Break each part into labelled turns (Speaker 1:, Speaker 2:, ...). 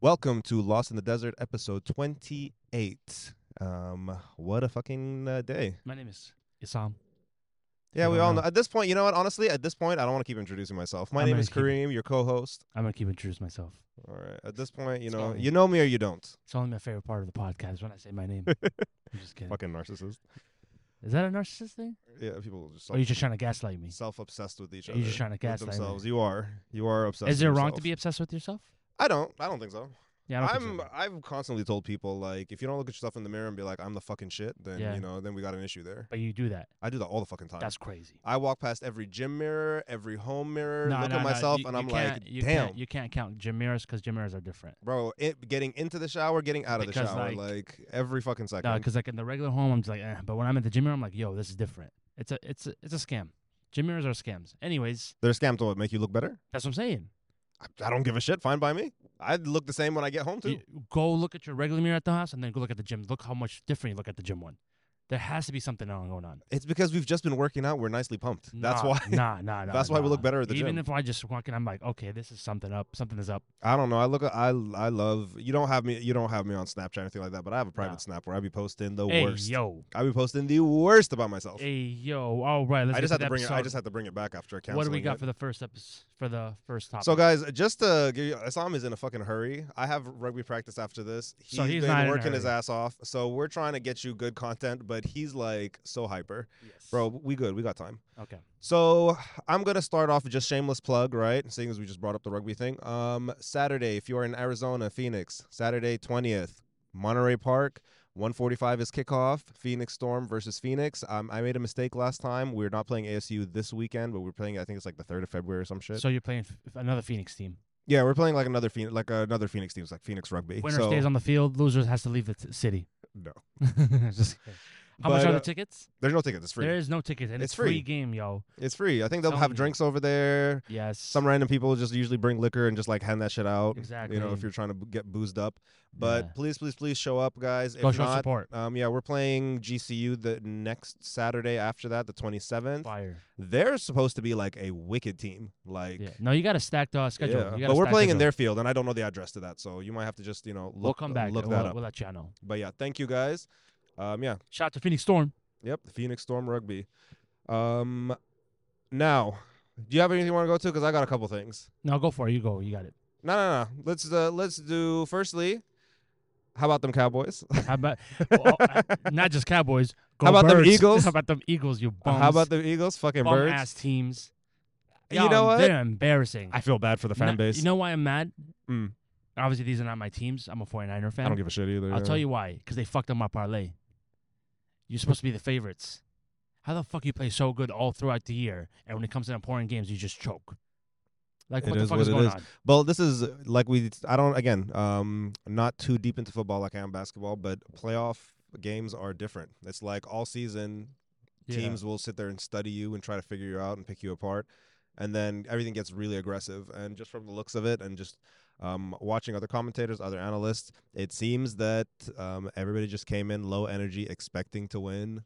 Speaker 1: Welcome to Lost in the Desert, episode 28. Um, what a fucking uh, day.
Speaker 2: My name is Isam.
Speaker 1: Yeah, we
Speaker 2: Wow.
Speaker 1: all know. At this point, you know what? Honestly, at this point, I don't want to keep introducing myself. My
Speaker 2: I'm
Speaker 1: name
Speaker 2: gonna
Speaker 1: is
Speaker 2: keep it.
Speaker 1: Kareem, your co host.
Speaker 2: I'm gonna keep introducing myself.
Speaker 1: All right. At this point, you
Speaker 2: It's
Speaker 1: know,
Speaker 2: fine.
Speaker 1: you know me or you don't.
Speaker 2: It's only my favorite part of the podcast when I say my name. I'm just kidding.
Speaker 1: Fucking narcissist.
Speaker 2: Is that a narcissist thing?
Speaker 1: Yeah, people just
Speaker 2: Or are you just trying to gaslight me?
Speaker 1: self obsessed with each
Speaker 2: You're
Speaker 1: other.
Speaker 2: just trying to
Speaker 1: with
Speaker 2: gaslight me.
Speaker 1: themselves. You are. You are obsessed.
Speaker 2: Is
Speaker 1: with
Speaker 2: it wrong to
Speaker 1: yourself.
Speaker 2: be obsessed with yourself?
Speaker 1: I don't. I don't think so.
Speaker 2: Yeah, I don't
Speaker 1: I'm. uh,
Speaker 2: think
Speaker 1: I've constantly told people like, if you don't look at yourself in the mirror and be like, I'm the fucking shit, then
Speaker 2: Yeah.
Speaker 1: you know, then we got an issue there.
Speaker 2: But you do that.
Speaker 1: I do that all the fucking time.
Speaker 2: That's crazy.
Speaker 1: I walk past every gym mirror, every home mirror,
Speaker 2: No,
Speaker 1: look
Speaker 2: no,
Speaker 1: at
Speaker 2: no,
Speaker 1: myself,
Speaker 2: you-
Speaker 1: and
Speaker 2: you
Speaker 1: I'm
Speaker 2: can't-
Speaker 1: like,
Speaker 2: you
Speaker 1: damn,
Speaker 2: Can't, you can't count gym mirrors because gym mirrors are different.
Speaker 1: bro. It, getting into the shower, getting out of
Speaker 2: Because,
Speaker 1: the shower, like,
Speaker 2: like-
Speaker 1: every fucking second.
Speaker 2: No, because like in the regular home, I'm just like, eh. but when I'm at the gym mirror, I'm like, yo, this is different. It's a, it's a, it's a scam. Gym mirrors are scams. Anyways,
Speaker 1: They're scammed to what, make you look better.
Speaker 2: that's what I'm saying.
Speaker 1: I, I don't give a shit. Fine by me. I look the same when I get home too.
Speaker 2: You- go look at your regular mirror at the house, and then go look at the gym. Look how much different you look at the gym one. There has to be something on- going on.
Speaker 1: It's because we've just been working out. We're nicely pumped. That's
Speaker 2: Nah,
Speaker 1: why.
Speaker 2: Nah, nah, nah.
Speaker 1: That's why we look
Speaker 2: nah.
Speaker 1: better at the
Speaker 2: Even
Speaker 1: gym.
Speaker 2: if I just walk in, I'm like, okay, this is something up. Something is up.
Speaker 1: I don't know. I look. I I love. You don't have me. You don't have me on Snapchat or anything like that. But I have a private
Speaker 2: No.
Speaker 1: snap where I be posting the
Speaker 2: hey,
Speaker 1: worst.
Speaker 2: yo,
Speaker 1: I be posting the worst about myself.
Speaker 2: hey, yo. All right, let's
Speaker 1: I
Speaker 2: get
Speaker 1: just
Speaker 2: to
Speaker 1: had to
Speaker 2: the
Speaker 1: bring it. I
Speaker 2: episode.
Speaker 1: just had to bring it back after canceling.
Speaker 2: What do we got
Speaker 1: it.
Speaker 2: for the first episode? For the first topic.
Speaker 1: So guys, just to give you, Islam is in a fucking hurry. I have rugby practice after this.
Speaker 2: So he's
Speaker 1: been
Speaker 2: not in a
Speaker 1: working his
Speaker 2: hurry.
Speaker 1: ass off. So we're trying to get you good content, but he's like so hyper,
Speaker 2: Yes.
Speaker 1: bro. We good. We got time.
Speaker 2: Okay.
Speaker 1: So I'm gonna start off with just shameless plug, right? Seeing as we just brought up the rugby thing. Um, Saturday, if you are in Arizona, Phoenix, Saturday 20th, Monterey Park. 145 is kickoff. Phoenix Storm versus Phoenix. Um, I made a mistake last time. We're not playing ASU this weekend, but we're playing. I think it's like the 3rd of February or some shit.
Speaker 2: So you're playing f- another Phoenix team.
Speaker 1: Yeah, we're playing like another Phoenix, like another Phoenix team, It's like Phoenix Rugby.
Speaker 2: Winner
Speaker 1: so
Speaker 2: stays on the field. Loser has to leave the t- city.
Speaker 1: no,
Speaker 2: Just kidding. How much
Speaker 1: But,
Speaker 2: are
Speaker 1: uh,
Speaker 2: the tickets?
Speaker 1: there's no tickets. It's free.
Speaker 2: There is no tickets, and
Speaker 1: It's
Speaker 2: it's, free.
Speaker 1: free.
Speaker 2: game, yo.
Speaker 1: it's free. I think they'll
Speaker 2: Tell
Speaker 1: have
Speaker 2: me.
Speaker 1: drinks over there.
Speaker 2: Yes.
Speaker 1: Some random people just usually bring liquor and just like hand that shit out. You know, if
Speaker 2: Exactly.
Speaker 1: you're trying to b- get boozed up. But
Speaker 2: Yeah.
Speaker 1: please, please, please show up, guys.
Speaker 2: go
Speaker 1: if
Speaker 2: show
Speaker 1: not,
Speaker 2: support.
Speaker 1: um, yeah, we're playing GCU the next Saturday after that, the 27th.
Speaker 2: Fire.
Speaker 1: They're supposed to be like a wicked team. Like,
Speaker 2: Yeah. No, you got to stack the uh, schedule.
Speaker 1: yeah.
Speaker 2: You gotta
Speaker 1: but we're
Speaker 2: stack
Speaker 1: playing in
Speaker 2: schedule.
Speaker 1: their field, and I don't know the address to that, so you might have to just you know look
Speaker 2: We'll come back.
Speaker 1: look
Speaker 2: and
Speaker 1: that
Speaker 2: we'll,
Speaker 1: up.
Speaker 2: we'll let you know.
Speaker 1: But yeah, thank you guys. Um, yeah.
Speaker 2: Shout out to Phoenix Storm.
Speaker 1: Yep, the Phoenix Storm Rugby. Um, now, do you have anything you want to go to? Because I got a couple things.
Speaker 2: No, go for it. You go. You got it.
Speaker 1: No, no, no. Let's uh, let's do firstly. How about them Cowboys?
Speaker 2: How about well, uh, not just Cowboys? Go
Speaker 1: How about them
Speaker 2: Birds.
Speaker 1: Eagles?
Speaker 2: How about them Eagles? You bums.
Speaker 1: How about the Eagles? Fucking
Speaker 2: bum
Speaker 1: birds.
Speaker 2: ass teams?
Speaker 1: You
Speaker 2: Yo,
Speaker 1: know what?
Speaker 2: They're embarrassing.
Speaker 1: I feel bad for the fan
Speaker 2: No-
Speaker 1: base.
Speaker 2: You know why I'm mad?
Speaker 1: Mm.
Speaker 2: Obviously, these are not my teams. I'm a 49er fan.
Speaker 1: I don't give a shit either.
Speaker 2: I'll
Speaker 1: yeah.
Speaker 2: tell you why. Because they fucked up my parlay. You're supposed to be the favorites. How the fuck you play so good all throughout the year, and when it comes to important games, you just choke? Like
Speaker 1: It
Speaker 2: what the
Speaker 1: is
Speaker 2: fuck
Speaker 1: what
Speaker 2: is
Speaker 1: it
Speaker 2: going
Speaker 1: is.
Speaker 2: on?
Speaker 1: Well, this is uh, like we. I don't. Again, um, not too deep into football like I am basketball, but playoff games are different. It's like all season.
Speaker 2: Yeah.
Speaker 1: teams will sit there and study you and try to figure you out and pick you apart and then everything gets really aggressive and just from the looks of it and just um, watching other commentators other analysts it seems that um, everybody just came in low energy expecting to win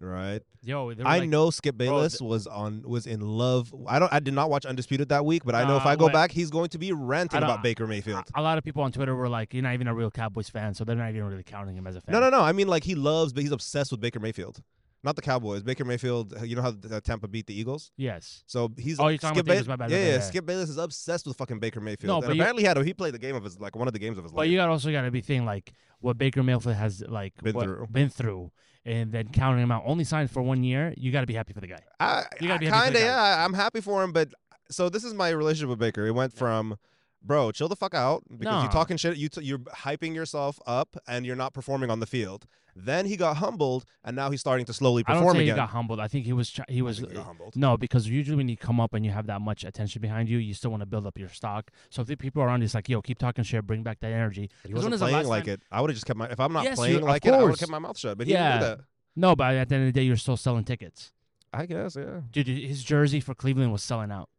Speaker 1: right
Speaker 2: Yo, they were
Speaker 1: i
Speaker 2: like-
Speaker 1: know skip
Speaker 2: th-
Speaker 1: bayless was on was in love i don't i did not watch undisputed that week but i know if
Speaker 2: Nah,
Speaker 1: i go
Speaker 2: what-
Speaker 1: back he's going to be ranting
Speaker 2: I don't-
Speaker 1: about baker mayfield
Speaker 2: A a lot of people on Twitter were like, "You're not even a real Cowboys fan, so they're not even really counting him as a fan."
Speaker 1: No, no, no. I mean, like he loves, but he's obsessed with Baker Mayfield, not the Cowboys. Baker Mayfield. You know how uh, Tampa beat the Eagles?
Speaker 2: Yes.
Speaker 1: So he's
Speaker 2: Oh, you're talking
Speaker 1: Skip
Speaker 2: about Davis,
Speaker 1: Bay-
Speaker 2: my bad, my
Speaker 1: yeah,
Speaker 2: bad,
Speaker 1: yeah,
Speaker 2: yeah.
Speaker 1: Skip Bayless is obsessed with fucking Baker Mayfield.
Speaker 2: No,
Speaker 1: and
Speaker 2: but you-
Speaker 1: apparently he had a, he played the game of his like one of the games of his
Speaker 2: But
Speaker 1: life.
Speaker 2: you got also got to be thinking like what Baker Mayfield has like
Speaker 1: Been
Speaker 2: what-
Speaker 1: through.
Speaker 2: been through, and then counting him out. Only signed for one year. You got to be happy for the guy.
Speaker 1: I,
Speaker 2: you gotta be happy for
Speaker 1: kind of
Speaker 2: the guy.
Speaker 1: yeah. I'm happy for him, but so this is my relationship with Baker. It went from. Bro, chill the fuck out because you're
Speaker 2: Nah.
Speaker 1: talking shit. You t- you're hyping yourself up and you're not performing on the field. Then he got humbled and now he's starting to slowly
Speaker 2: I don't
Speaker 1: perform
Speaker 2: say
Speaker 1: again.
Speaker 2: he got humbled. I think he was. try- He
Speaker 1: I
Speaker 2: was.
Speaker 1: think he got humbled.
Speaker 2: No, because usually when you come up and you have that much attention behind you, you still want to build up your stock. So if the people around you is like, "Yo, keep talking shit, bring back that energy."
Speaker 1: He
Speaker 2: 'Cause when
Speaker 1: wasn't
Speaker 2: is the
Speaker 1: playing
Speaker 2: last
Speaker 1: like
Speaker 2: time-
Speaker 1: it. I would have just kept my. If I'm not
Speaker 2: Yes, you-
Speaker 1: playing
Speaker 2: of
Speaker 1: like it, I would have
Speaker 2: course.
Speaker 1: kept my mouth shut. But he didn't do
Speaker 2: Yeah.
Speaker 1: that.
Speaker 2: No, but at the end of the day, you're still selling tickets,
Speaker 1: I guess, yeah.
Speaker 2: dude. His jersey for Cleveland was selling out.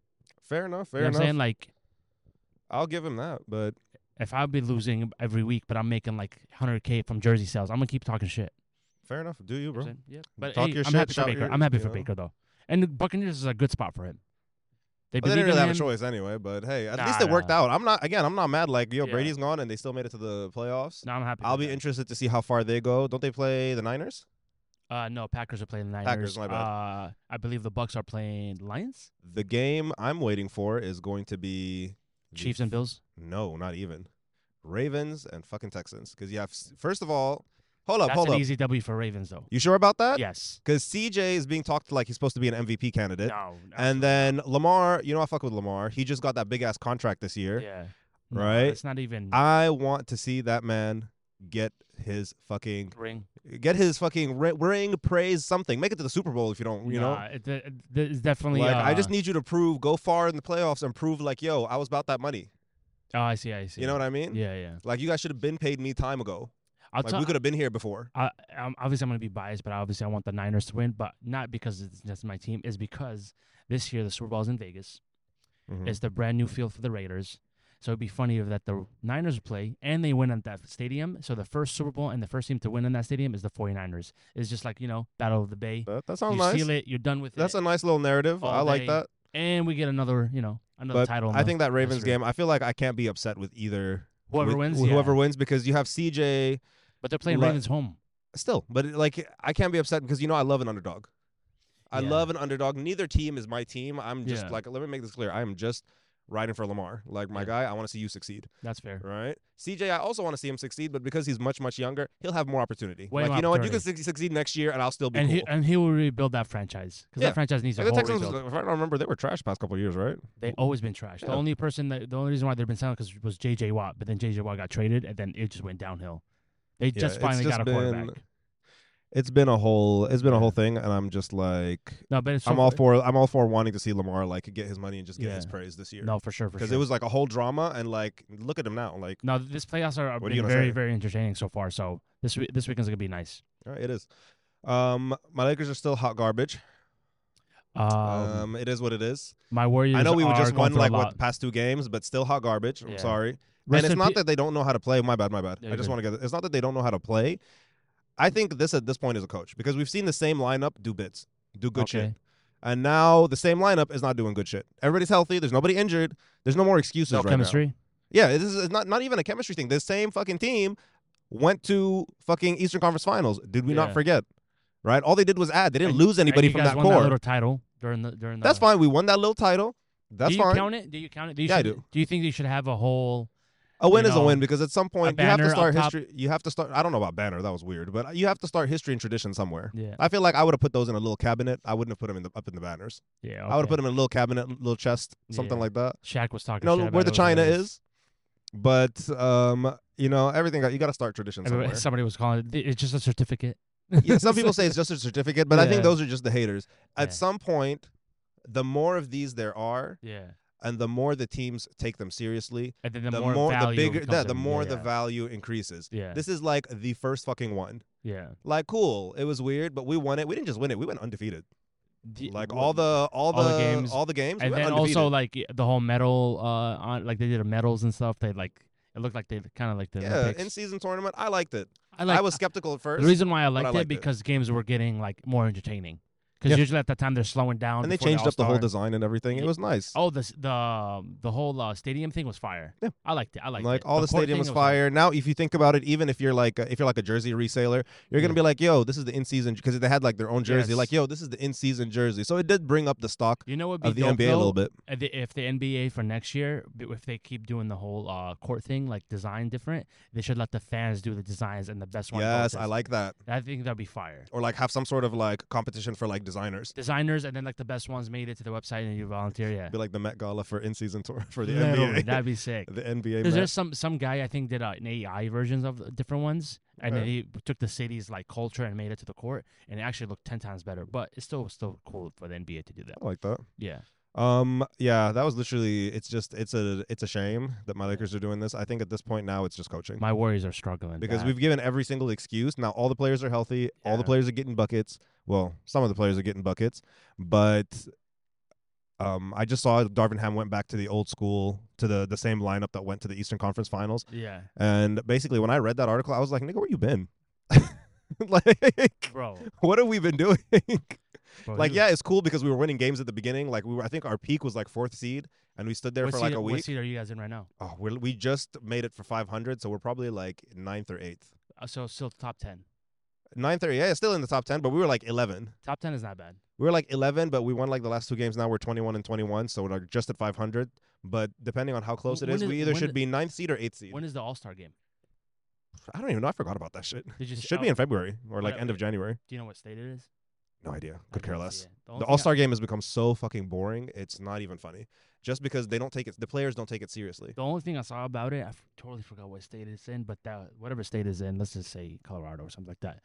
Speaker 1: Fair enough. Fair
Speaker 2: you know
Speaker 1: enough.
Speaker 2: what I'm saying? Like,
Speaker 1: I'll give him that. But
Speaker 2: if I'd be losing every week, but I'm making like 100k from jersey sales, I'm gonna keep talking shit.
Speaker 1: fair enough. Do you, bro?
Speaker 2: Yeah, but
Speaker 1: Talk
Speaker 2: hey,
Speaker 1: your
Speaker 2: I'm
Speaker 1: shit,
Speaker 2: happy for
Speaker 1: shout
Speaker 2: Baker.
Speaker 1: your-
Speaker 2: I'm happy
Speaker 1: you
Speaker 2: for
Speaker 1: know?
Speaker 2: Baker though, and the Buccaneers is a good spot for him. They
Speaker 1: Well,
Speaker 2: believe
Speaker 1: they didn't really
Speaker 2: in
Speaker 1: have a
Speaker 2: him.
Speaker 1: choice anyway, but hey, at
Speaker 2: Nah,
Speaker 1: least it worked
Speaker 2: nah.
Speaker 1: out. I'm not again. I'm not mad. Like yo,
Speaker 2: Yeah.
Speaker 1: Brady's gone and they still made it to the playoffs.
Speaker 2: No, I'm happy.
Speaker 1: I'll
Speaker 2: with
Speaker 1: be
Speaker 2: that.
Speaker 1: interested to see how far they go. Don't they play the Niners?
Speaker 2: Uh, no, Packers are playing the Niners.
Speaker 1: Packers, my bad.
Speaker 2: Uh, I believe the Bucks are playing Lions,
Speaker 1: The game I'm waiting for is going to be the
Speaker 2: Chiefs, and Bills.
Speaker 1: No, not even. Ravens and fucking Texans. Because you have s- first of all, hold up,
Speaker 2: That's
Speaker 1: Oh, hold
Speaker 2: an
Speaker 1: up.
Speaker 2: easy W for Ravens, though.
Speaker 1: You sure about that?
Speaker 2: Yes.
Speaker 1: Because CJ is being talked like he's supposed to be an MVP
Speaker 2: No.
Speaker 1: candidate.
Speaker 2: absolutely
Speaker 1: and then Lamar, you know I fuck with Lamar. He just got that big ass contract this
Speaker 2: not.
Speaker 1: year.
Speaker 2: yeah, No,
Speaker 1: right?
Speaker 2: It's not even
Speaker 1: I want to see that man get his fucking
Speaker 2: ring.
Speaker 1: get his fucking ri- ring, praise something. Make it to the Super Bowl if you don't, you know.
Speaker 2: Nah, it, it, it's definitely.
Speaker 1: Like I
Speaker 2: uh,
Speaker 1: just need you to prove, go far in the playoffs and prove like, yo, I was about that money.
Speaker 2: Oh, I see. I see.
Speaker 1: You know what I mean?
Speaker 2: Yeah, yeah.
Speaker 1: Like you guys should have been paid me time ago.
Speaker 2: I'll
Speaker 1: Like
Speaker 2: tell-
Speaker 1: we could have been here before.
Speaker 2: I, I'm, obviously, I'm going to be biased, but obviously, I want the Niners to win, but not because it's just my team. Is because this year the Super Bowl is in Vegas.
Speaker 1: Mhm.
Speaker 2: It's the brand new field for the Raiders, so it'd be funny if that the Niners play and they win at that stadium. So the first Super Bowl and the first team to win in that stadium is the 49ers. It's just like you know, Battle of the Bay.
Speaker 1: That, that
Speaker 2: You
Speaker 1: sounds Oh, nice.
Speaker 2: seal it, you're done with
Speaker 1: That's
Speaker 2: it,
Speaker 1: a nice little narrative.
Speaker 2: All
Speaker 1: I like
Speaker 2: day,
Speaker 1: that.
Speaker 2: and we get another you know another
Speaker 1: But
Speaker 2: title. in
Speaker 1: I
Speaker 2: the
Speaker 1: think that Ravens
Speaker 2: history.
Speaker 1: game, I feel like I can't be upset with either
Speaker 2: Whoever
Speaker 1: with-
Speaker 2: wins,
Speaker 1: with whoever
Speaker 2: yeah.
Speaker 1: wins because you have CJ
Speaker 2: but they're playing
Speaker 1: Le-
Speaker 2: Ravens home.
Speaker 1: still, but it- like I can't be upset because you know I love an underdog. I
Speaker 2: Yeah.
Speaker 1: love an underdog. Neither team is my team. I'm just
Speaker 2: Yeah.
Speaker 1: like let me make this clear. I am just riding for Lamar. Like my
Speaker 2: Yeah.
Speaker 1: guy, I want to see you succeed,
Speaker 2: That's fair.
Speaker 1: right? CJ, I also want to see him succeed, but because he's much much younger, he'll have more opportunity.
Speaker 2: Way
Speaker 1: like
Speaker 2: more
Speaker 1: you know what, you can
Speaker 2: opportunity.
Speaker 1: suc- succeed next year and I'll still be
Speaker 2: And
Speaker 1: cool.
Speaker 2: he and he will rebuild that franchise because
Speaker 1: Yeah.
Speaker 2: that franchise needs a
Speaker 1: Like,
Speaker 2: whole
Speaker 1: the Texans,
Speaker 2: rebuild.
Speaker 1: if I remember, they were trash past couple of years, right?
Speaker 2: They always been trash.
Speaker 1: Yeah.
Speaker 2: The only person that the only reason why they've been selling because was JJ Watt, but then JJ Watt got traded and then it just went downhill. They
Speaker 1: it's
Speaker 2: just finally
Speaker 1: just
Speaker 2: got a quarterback.
Speaker 1: been- It's been a whole, it's been a
Speaker 2: Yeah.
Speaker 1: whole thing, and I'm just like,
Speaker 2: No, but it's
Speaker 1: I'm
Speaker 2: so
Speaker 1: all
Speaker 2: fu-
Speaker 1: for I'm all for wanting to see Lamar like get his money and just get his
Speaker 2: Yeah.
Speaker 1: praise this year.
Speaker 2: No, for sure, for
Speaker 1: because
Speaker 2: sure.
Speaker 1: it was like a whole drama and like look at him now. Like
Speaker 2: no, this playoffs are, are
Speaker 1: What are you
Speaker 2: been
Speaker 1: gonna
Speaker 2: very
Speaker 1: say?
Speaker 2: very entertaining so far. So this week this weekend's gonna be nice.
Speaker 1: all right, it is. Um, my Lakers are still hot garbage.
Speaker 2: Um,
Speaker 1: Um, it is what it is.
Speaker 2: my Warriors.
Speaker 1: I know we
Speaker 2: are
Speaker 1: were just
Speaker 2: going
Speaker 1: won
Speaker 2: through a
Speaker 1: like what
Speaker 2: lot.
Speaker 1: the past two games, but still hot garbage. I'm
Speaker 2: Yeah.
Speaker 1: sorry. and
Speaker 2: Rest
Speaker 1: it's
Speaker 2: in
Speaker 1: not
Speaker 2: pe-
Speaker 1: that they don't know how to play. My bad, my bad. I
Speaker 2: Yeah, you're
Speaker 1: just
Speaker 2: good.
Speaker 1: want to get. It's not that they don't know how to play. I think this at this point is a coach because we've seen the same lineup do bits, do good shit,
Speaker 2: Okay.
Speaker 1: and now the same lineup is not doing good shit. Everybody's healthy. There's nobody injured. There's no more excuses
Speaker 2: no
Speaker 1: right now.
Speaker 2: chemistry.
Speaker 1: Yeah, this is it's not not even a chemistry thing. The same fucking team went to fucking Eastern Conference Finals. Did we not
Speaker 2: Yeah.
Speaker 1: forget? Right? All they did was add. They didn't
Speaker 2: And-
Speaker 1: lose anybody
Speaker 2: and you
Speaker 1: from
Speaker 2: guys
Speaker 1: that
Speaker 2: won
Speaker 1: core.
Speaker 2: That little title during the during the.
Speaker 1: That's fine. We won that little title. That's
Speaker 2: do you
Speaker 1: fine.
Speaker 2: count it? Do you count it? Do you
Speaker 1: Yeah, I
Speaker 2: should-
Speaker 1: do.
Speaker 2: Do you think you should have a whole?
Speaker 1: a win
Speaker 2: you
Speaker 1: is a
Speaker 2: know,
Speaker 1: win because at some point you have
Speaker 2: banner
Speaker 1: to
Speaker 2: up
Speaker 1: start
Speaker 2: top.
Speaker 1: history. You have to start. I don't know about banner. That was weird, but you have to start history and tradition somewhere.
Speaker 2: Yeah.
Speaker 1: I feel like I would have put those in a little cabinet. I wouldn't have put them in the, up in the banners.
Speaker 2: Yeah.
Speaker 1: I would have
Speaker 2: okay.
Speaker 1: put them in a little cabinet, little chest, something
Speaker 2: Yeah.
Speaker 1: like that.
Speaker 2: Shaq was talking.
Speaker 1: You know
Speaker 2: shit
Speaker 1: where the
Speaker 2: about it. It was
Speaker 1: China
Speaker 2: hilarious.
Speaker 1: is, but um, you know everything. You got to start tradition
Speaker 2: Everybody-
Speaker 1: somewhere.
Speaker 2: Somebody was calling it. It's just a certificate.
Speaker 1: yeah, some people say it's just a certificate, but I think
Speaker 2: Yeah.
Speaker 1: those are just the haters. At
Speaker 2: Yeah.
Speaker 1: some point, the more of these there are,
Speaker 2: Yeah.
Speaker 1: and the more the teams take them seriously,
Speaker 2: And then
Speaker 1: the,
Speaker 2: the, more,
Speaker 1: the
Speaker 2: value
Speaker 1: bigger,
Speaker 2: comes
Speaker 1: yeah, the
Speaker 2: in.
Speaker 1: more
Speaker 2: yeah,
Speaker 1: the value increases.
Speaker 2: Yeah.
Speaker 1: This is like the first fucking one.
Speaker 2: yeah.
Speaker 1: Like, cool, it was weird, but we won it. We didn't just win it; we went undefeated.
Speaker 2: The-
Speaker 1: Like
Speaker 2: wha-
Speaker 1: all the all the
Speaker 2: all the games.
Speaker 1: all the games.
Speaker 2: and
Speaker 1: we
Speaker 2: then
Speaker 1: went undefeated.
Speaker 2: also like y- the whole medal uh on like they did the medals and stuff. They like it looked like they kind of like the
Speaker 1: yeah,
Speaker 2: Olympics.
Speaker 1: in season tournament, I liked it.
Speaker 2: I like
Speaker 1: I was skeptical at first,
Speaker 2: the reason why I
Speaker 1: I
Speaker 2: liked,
Speaker 1: liked it.
Speaker 2: it because games were getting like more entertaining. Because
Speaker 1: Yeah.
Speaker 2: usually at that time they're slowing down.
Speaker 1: and they
Speaker 2: before the
Speaker 1: changed up the whole
Speaker 2: All-Star.
Speaker 1: design and everything. It
Speaker 2: Ye-
Speaker 1: was nice.
Speaker 2: Oh, the s- the um, the whole uh, stadium thing was fire.
Speaker 1: Yeah.
Speaker 2: I liked it. I liked
Speaker 1: like
Speaker 2: it.
Speaker 1: all the,
Speaker 2: court
Speaker 1: stadium
Speaker 2: thing
Speaker 1: was fire. Now, if you think about it, even if you're like a, if you're like a jersey reseller, you're gonna
Speaker 2: Yeah.
Speaker 1: be like, yo, this is the in season because they had like their own jersey.
Speaker 2: Yes.
Speaker 1: Like, yo, this is the in season jersey. So it did bring up the stock
Speaker 2: You know what?
Speaker 1: of the NBA a little bit.
Speaker 2: Uh, the- if the NBA for next year, b- if they keep doing the whole uh, court thing, like design different, they should let the fans do the designs and the best one.
Speaker 1: Yes, I
Speaker 2: goes.
Speaker 1: like that.
Speaker 2: I think that'd be fire.
Speaker 1: Or like have some sort of like competition for like designers.
Speaker 2: Designers and then like the best ones made it to the website and you volunteer. Yeah,
Speaker 1: Be like the Met Gala for in season tour for the
Speaker 2: Literally,
Speaker 1: NBA.
Speaker 2: that'd be sick.
Speaker 1: the NBA.
Speaker 2: Because
Speaker 1: Met.
Speaker 2: there's some some guy I think did uh, an AI versions of the different ones, and then
Speaker 1: Okay.
Speaker 2: he took the city's like culture and made it to the court, and it actually looked ten times better. But it's still still cool for the NBA to do that.
Speaker 1: I like that.
Speaker 2: Yeah,
Speaker 1: Um, yeah, that was literally. It's just it's a it's a shame that my Lakers are doing this. I think at this point now it's just coaching.
Speaker 2: my Warriors are struggling
Speaker 1: because
Speaker 2: bad.
Speaker 1: we've given every single excuse. Now all the players are healthy. All the
Speaker 2: Yeah.
Speaker 1: players are getting buckets. Well, some of the players are getting buckets, but um, I just saw Darvin Ham went back to the old school to the the same lineup that went to the Eastern Conference Finals.
Speaker 2: yeah,
Speaker 1: And basically, when I read that article, I was like, "Nigga, where you been? like,
Speaker 2: bro.
Speaker 1: what have we been doing?"
Speaker 2: Bro,
Speaker 1: Like,
Speaker 2: he-
Speaker 1: yeah, it's cool because we were winning games at the beginning. Like, we were, I think our peak was like fourth seed, and we stood there
Speaker 2: what
Speaker 1: for like
Speaker 2: seed-
Speaker 1: a
Speaker 2: What
Speaker 1: week.
Speaker 2: seed are you guys in right now?
Speaker 1: Oh, we're, we just made it for 500, so we're probably like ninth or eighth.
Speaker 2: Uh, so still top ten.
Speaker 1: Ninth or yeah, still in the top ten, but we were like 11.
Speaker 2: Top ten is not bad.
Speaker 1: We were like 11, but we won like the last two games. Now we're 21 and 21, so we're like just at 500. But depending on how close it
Speaker 2: when
Speaker 1: is,
Speaker 2: is-
Speaker 1: we either
Speaker 2: when
Speaker 1: should
Speaker 2: the-
Speaker 1: be ninth seed or eighth seed.
Speaker 2: When is the All Star game?
Speaker 1: I don't even know. I forgot about that shit.
Speaker 2: Did you
Speaker 1: It
Speaker 2: s-
Speaker 1: should be
Speaker 2: oh,
Speaker 1: in February or like
Speaker 2: Whatever.
Speaker 1: end of January.
Speaker 2: Do you know what state it is?
Speaker 1: No idea.
Speaker 2: I
Speaker 1: Could care
Speaker 2: didn't see
Speaker 1: less.
Speaker 2: it.
Speaker 1: The
Speaker 2: only thing I-
Speaker 1: All Star game has become so fucking boring. It's not even funny. Just because they don't take it, the players don't take it seriously.
Speaker 2: The only thing I saw about it, I f- totally forgot what state it's in, but that whatever state it's in, let's just say Colorado or something like that.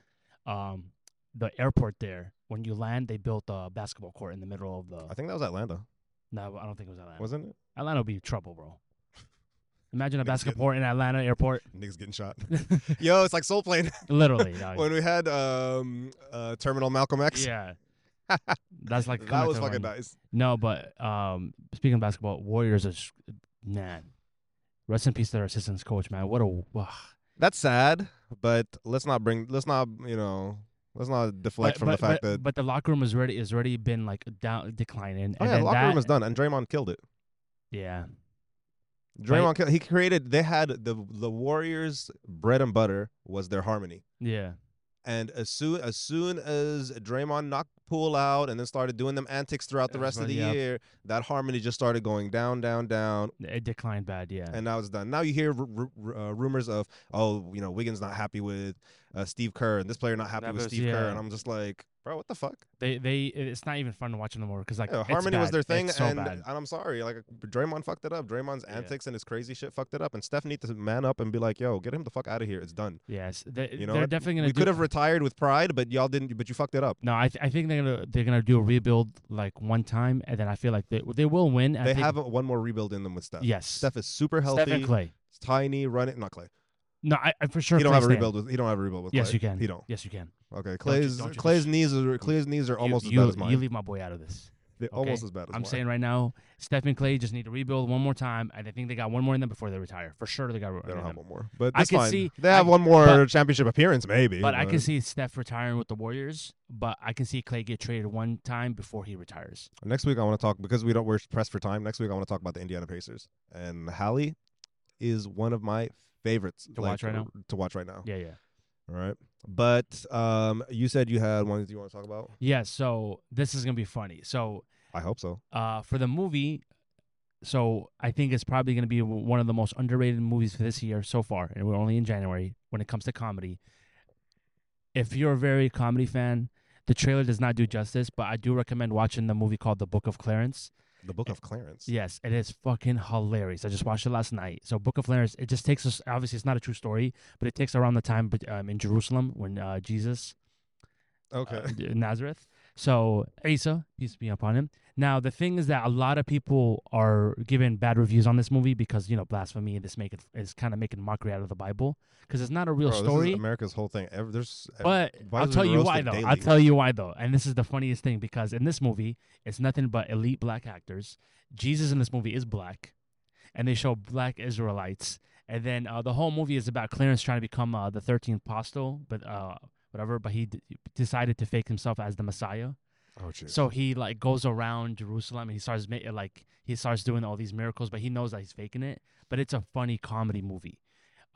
Speaker 2: Um, the airport there, when you land, they built a basketball court in the middle of
Speaker 1: I
Speaker 2: the.
Speaker 1: think that was Atlanta,
Speaker 2: No, I don't think it was Atlanta.
Speaker 1: wasn't it?
Speaker 2: Atlanta would be trouble, bro. Imagine a
Speaker 1: Niggas getting-
Speaker 2: basketball court in Atlanta airport.
Speaker 1: Niggas getting shot. Yo, it's like Soul Plane
Speaker 2: Literally, dog.
Speaker 1: when we had um, uh, Terminal Malcolm X.
Speaker 2: yeah. That's like
Speaker 1: that
Speaker 2: coming
Speaker 1: was
Speaker 2: to
Speaker 1: fucking
Speaker 2: mind.
Speaker 1: nice.
Speaker 2: No, but um, speaking of basketball, Warriors are just, man. Rest in peace to their assistants coach, man. What a ugh.
Speaker 1: That's sad, but let's not bring. Let's not you know. Let's not deflect
Speaker 2: but,
Speaker 1: from
Speaker 2: but,
Speaker 1: the fact
Speaker 2: but,
Speaker 1: that.
Speaker 2: but the locker room has already has already been like down declining.
Speaker 1: oh
Speaker 2: and
Speaker 1: yeah,
Speaker 2: then
Speaker 1: the locker
Speaker 2: that,
Speaker 1: room is done, and Draymond killed it.
Speaker 2: Yeah,
Speaker 1: Draymond killed. He created. They had the the Warriors' bread and butter was their harmony.
Speaker 2: yeah.
Speaker 1: And as soon as soon as Draymond knocked Poole out and then started doing them antics throughout the rest of the
Speaker 2: Everybody up.
Speaker 1: year, that harmony just started going down, down, down,
Speaker 2: It declined bad. Yeah,
Speaker 1: and now it's done. Now you hear r- r- uh, rumors of, oh, you know, Wiggins not happy with uh, Steve Kerr and this player not happy with
Speaker 3: Navis,
Speaker 1: Steve Kerr,
Speaker 2: yeah.
Speaker 1: and I'm just like, bro, what the fuck?
Speaker 2: they they it's not even fun to watch them anymore because like
Speaker 1: Yeah,
Speaker 2: it's
Speaker 1: harmony was
Speaker 2: bad.
Speaker 1: their thing,
Speaker 2: It's so
Speaker 1: and,
Speaker 2: bad.
Speaker 1: and I'm sorry, like Draymond fucked it up. Draymond's
Speaker 2: Yeah.
Speaker 1: antics and his crazy shit fucked it up, and Steph needs to man up and be like, yo, get him the fuck out of here. It's done.
Speaker 2: Yes, they,
Speaker 1: You know
Speaker 2: they're
Speaker 1: what?
Speaker 2: definitely gonna.
Speaker 1: We
Speaker 2: do-
Speaker 1: could have retired with pride, but y'all didn't. But you fucked it up.
Speaker 2: No, I, th- I think they're gonna they're gonna do a rebuild like one time, and then I feel like they they will win. and I
Speaker 1: They
Speaker 2: think-
Speaker 1: have one more rebuild in them with Steph.
Speaker 2: yes,
Speaker 1: Steph is super healthy.
Speaker 2: Steph and Clay.
Speaker 1: It's tiny, running. Not Clay.
Speaker 2: No, I, I for sure.
Speaker 1: he don't
Speaker 2: Clay
Speaker 1: have a
Speaker 2: Stan.
Speaker 1: rebuild with. He don't have a rebuild with.
Speaker 2: Yes,
Speaker 1: Clay.
Speaker 2: you can.
Speaker 1: He don't.
Speaker 2: Yes, you can.
Speaker 1: Okay, Clay's
Speaker 2: don't you
Speaker 1: Clay's
Speaker 2: dis-
Speaker 1: knees are Clay's knees are
Speaker 2: You-
Speaker 1: almost
Speaker 2: you,
Speaker 1: as bad as
Speaker 2: you
Speaker 1: mine.
Speaker 2: leave my boy out of this.
Speaker 1: They're
Speaker 2: okay.
Speaker 1: almost as bad as
Speaker 2: I'm
Speaker 1: mine.
Speaker 2: saying right now, Steph and Clay just need to rebuild one more time, and I think they got one more in them before they retire. For sure, they got one
Speaker 1: they
Speaker 2: in
Speaker 1: don't have
Speaker 2: them.
Speaker 1: one more, but
Speaker 2: I
Speaker 1: that's
Speaker 2: can
Speaker 1: fine.
Speaker 2: see-
Speaker 1: they have
Speaker 2: I-
Speaker 1: one more
Speaker 2: but-
Speaker 1: championship appearance, maybe.
Speaker 2: But I can see Steph retiring with the Warriors, but I can see Clay get traded one time before he retires.
Speaker 1: next week I want to talk because we don't we're pressed for time. Next week I want to talk about the Indiana Pacers and Hallie is one of my favorites
Speaker 2: To watch right now?
Speaker 1: To watch right now.
Speaker 2: Yeah, yeah.
Speaker 1: All right, but um, you said you had ones you want to talk about.
Speaker 2: Yeah, so this is going to be funny. So
Speaker 1: I hope so.
Speaker 2: uh, for the movie, so I think it's probably going to be w- one of the most underrated movies for this year so far, and we're only in January when it comes to comedy. If you're a very comedy fan, the trailer does not do justice, but I do recommend watching the movie called The Book of Clarence.
Speaker 1: The Book of Clarence.
Speaker 2: Yes, it is fucking hilarious. I just watched it last night. So Book of Letters, it just takes us. Obviously, it's not a true story, but it takes around the time but, um, in Jerusalem when uh, Jesus
Speaker 1: Okay.
Speaker 2: uh, d- Nazareth. So Asa, peace be upon him. Now the thing is that a lot of people are giving bad reviews on this movie because you know blasphemy. This make it is kind of making mockery out of the Bible because it's not a real
Speaker 1: Bro, this is
Speaker 2: story.
Speaker 1: America's whole thing. Ev- There's eh, ev-
Speaker 2: But
Speaker 1: why
Speaker 2: I'll
Speaker 1: does it
Speaker 2: tell you
Speaker 1: roast
Speaker 2: why
Speaker 1: it
Speaker 2: though. I'll
Speaker 1: daily?
Speaker 2: tell you why though. And this is the funniest thing because in this movie, it's nothing but elite black actors. Jesus in this movie is black, and they show black Israelites. And then uh, the whole movie is about Clarence trying to become uh, the 13th apostle, but uh, whatever. But he d- decided to fake himself as the Messiah.
Speaker 1: Oh, jeez.
Speaker 2: So he like goes around Jerusalem and he starts ma- like he starts doing all these miracles, but he knows that he's faking it. But it's a funny comedy movie.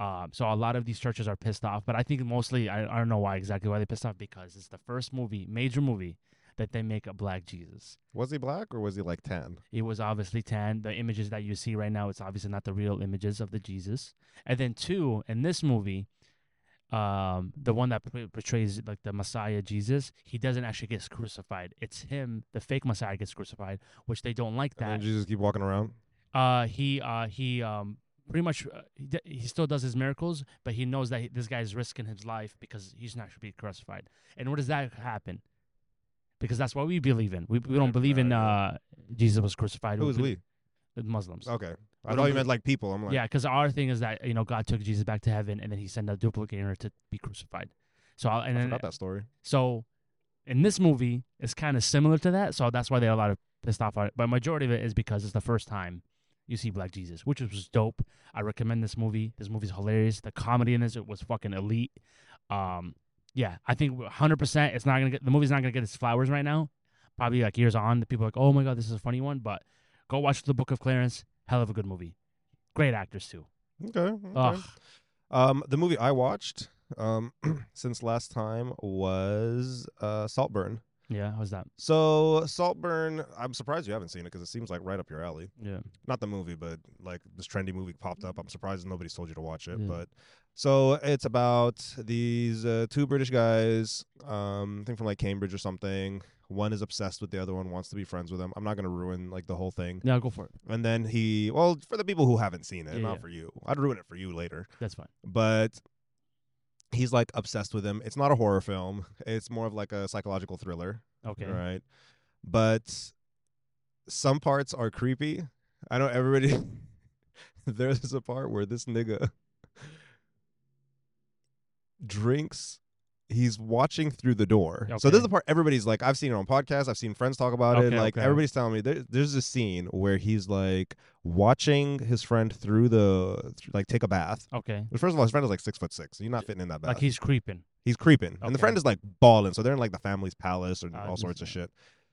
Speaker 2: Um, so a lot of these churches are pissed off, but I think mostly I, I don't know why exactly why they pissed off because it's the first movie, major movie, that they make a black Jesus.
Speaker 1: was he black or was he like tan?
Speaker 2: It was obviously tan. The images that you see right now, it's obviously not the real images of the Jesus. And then two, in this movie, um, the one that p- portrays like the Messiah Jesus, he doesn't actually get crucified. It's him, the fake Messiah, gets crucified, which they don't like
Speaker 1: And then
Speaker 2: that.
Speaker 1: Jesus keep walking around.
Speaker 2: Uh, he uh, he um, pretty much uh, he, d- he still does his miracles, but he knows that he, this guy is risking his life because he's not should be crucified. And what does that happen? Because that's what we believe in. We, we don't believe in uh, Jesus was crucified.
Speaker 1: Who is we?
Speaker 2: The Muslims.
Speaker 1: Okay. I
Speaker 2: don't
Speaker 1: thought you
Speaker 2: believe-
Speaker 1: meant like people. I'm like,
Speaker 2: Yeah, because our thing is that you know God took Jesus back to heaven, and then He sent a duplicator to be crucified. So I'll, and
Speaker 1: I
Speaker 2: then
Speaker 1: forgot that story.
Speaker 2: so in this movie, it's kind of similar to that. So that's why they're a lot of pissed off on it. But majority of it is because it's the first time you see Black Jesus, which was dope. I recommend this movie. This movie's hilarious. The comedy in this it was fucking elite. Um, yeah, I think 100. percent It's not gonna get the movie's not gonna get its flowers right now. probably like years on, the people are like, oh my god, this is a funny one. But go watch The Book of Clarence. Hell of a good movie. Great actors too.
Speaker 1: Okay. okay.
Speaker 2: Ugh.
Speaker 1: Um, the movie I watched um, since last time was uh, Saltburn.
Speaker 2: Yeah, how's that?
Speaker 1: So Saltburn, I'm surprised you haven't seen it because it seems like right up your alley.
Speaker 2: Yeah.
Speaker 1: Not the movie, but like this trendy movie popped up.
Speaker 2: Mm-hmm.
Speaker 1: I'm surprised nobody's told you to watch it.
Speaker 2: Yeah.
Speaker 1: But so it's about these uh, two British guys, um, I think from like Cambridge or something. One is obsessed with the other one, wants to be friends with them. I'm not gonna ruin like the whole thing.
Speaker 2: Yeah, go for it.
Speaker 1: And then he, well, for the people who haven't seen it,
Speaker 2: Yeah,
Speaker 1: not
Speaker 2: yeah.
Speaker 1: for you. I'd ruin it for you later
Speaker 2: That's fine.
Speaker 1: but he's like obsessed with him. It's not a horror film. It's more of like a psychological thriller,
Speaker 2: Okay.
Speaker 1: right? But some parts are creepy. I know everybody. There's a part where this nigga drinks. He's watching through the door. So this is
Speaker 2: Okay.
Speaker 1: the part everybody's like, I've seen it on podcasts. I've seen friends talk about it.
Speaker 2: Okay,
Speaker 1: Like
Speaker 2: okay.
Speaker 1: everybody's telling me there, there's a scene where he's like watching his friend through the like take a bath.
Speaker 2: Okay.
Speaker 1: Well, First of all, his friend is like six foot six. So you're not fitting in that bad.
Speaker 2: Like he's creeping.
Speaker 1: he's creeping, and the
Speaker 2: Okay.
Speaker 1: friend is like balling. So they're in like the family's palace and
Speaker 2: Ah,
Speaker 1: all
Speaker 2: this
Speaker 1: sorts of
Speaker 2: is-
Speaker 1: shit.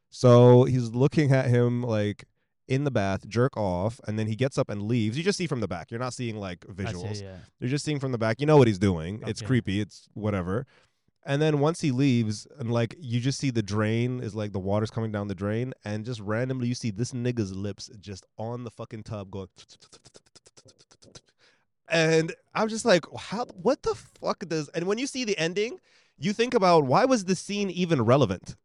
Speaker 1: So he's looking at him like in the bath, jerk off, and then he gets up and leaves. You just see from the back. You're not seeing like
Speaker 2: I
Speaker 1: visuals.
Speaker 2: See, yeah.
Speaker 1: You're just seeing from the back. You know what he's doing. It's
Speaker 2: Okay.
Speaker 1: creepy. It's whatever. And then once he leaves, and like you just see the drain is like the water's coming down the drain, and just randomly you see this nigga's lips just on the fucking tub going. And I'm just like, how? What the fuck does? And when you see the ending, you think about why was this scene even relevant?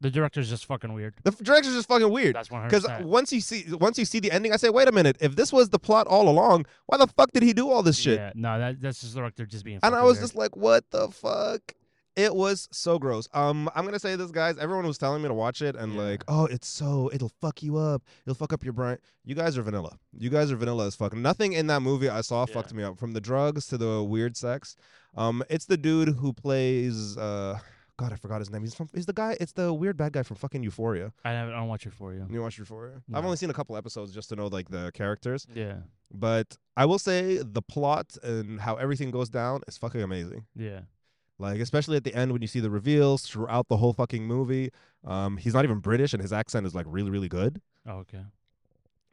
Speaker 2: The director's just fucking weird.
Speaker 1: The f- director's just fucking weird.
Speaker 2: That's one hundred
Speaker 1: Because
Speaker 2: percent.
Speaker 1: once you see once you see the ending, I say, wait a minute. If this was the plot all along, why the fuck did he do all this shit?
Speaker 2: Yeah, no, that that's just the director just being.
Speaker 1: and I
Speaker 2: fucking
Speaker 1: was
Speaker 2: weird.
Speaker 1: just like, "What the fuck." It was so gross. Um, I'm gonna say this, guys. Everyone was telling me to watch it, and
Speaker 2: Yeah.
Speaker 1: like, oh, it's so it'll fuck you up. It'll fuck up your brain. You guys are vanilla. You guys are vanilla as fuck. Nothing in that movie I saw
Speaker 2: Yeah.
Speaker 1: fucked me up, from the drugs to the weird sex. Um, it's the dude who plays uh, God, I forgot his name. He's from he's the guy. It's the weird bad guy from fucking Euphoria.
Speaker 2: I haven't. I don't watch it for you.
Speaker 1: You watched Euphoria? I've
Speaker 2: No.
Speaker 1: only seen a couple episodes just to know like the characters,
Speaker 2: Yeah,
Speaker 1: but I will say the plot and how everything goes down is fucking amazing.
Speaker 2: yeah.
Speaker 1: Like especially at the end when you see the reveals throughout the whole fucking movie. Um, he's not even British and his accent is like really really good.
Speaker 2: Oh, okay.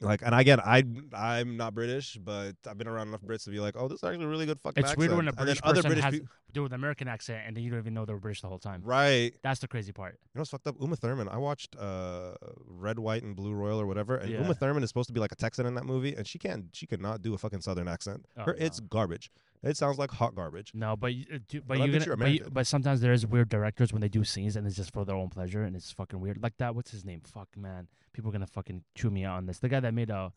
Speaker 1: Like and again I I'm not British but I've been around enough Brits to be like oh this is actually a really good fucking.
Speaker 2: It's weird when a
Speaker 1: accent." And then
Speaker 2: British
Speaker 1: other
Speaker 2: person
Speaker 1: British
Speaker 2: has-
Speaker 1: peop-
Speaker 2: Dude with an American accent, and then you don't even know they were British the whole time.
Speaker 1: right.
Speaker 2: That's the crazy part.
Speaker 1: You know what's fucked up? Uma Thurman. I watched uh, Red, White, and Blue Royal or whatever, and
Speaker 2: Yeah.
Speaker 1: Uma Thurman is supposed to be like a Texan in that movie, and she can't. She could not do a fucking Southern accent.
Speaker 2: Oh,
Speaker 1: Her,
Speaker 2: no.
Speaker 1: It's garbage. It sounds like hot garbage.
Speaker 2: No, but you, uh, do, but
Speaker 1: Well, I bet
Speaker 2: you're gonna,
Speaker 1: you're
Speaker 2: but, you-
Speaker 1: American.
Speaker 2: but sometimes there is weird directors when they do scenes and it's just for their own pleasure and it's fucking weird. Like that, what's his name? Fuck man, people are gonna fucking chew me out on this. The guy that made uh,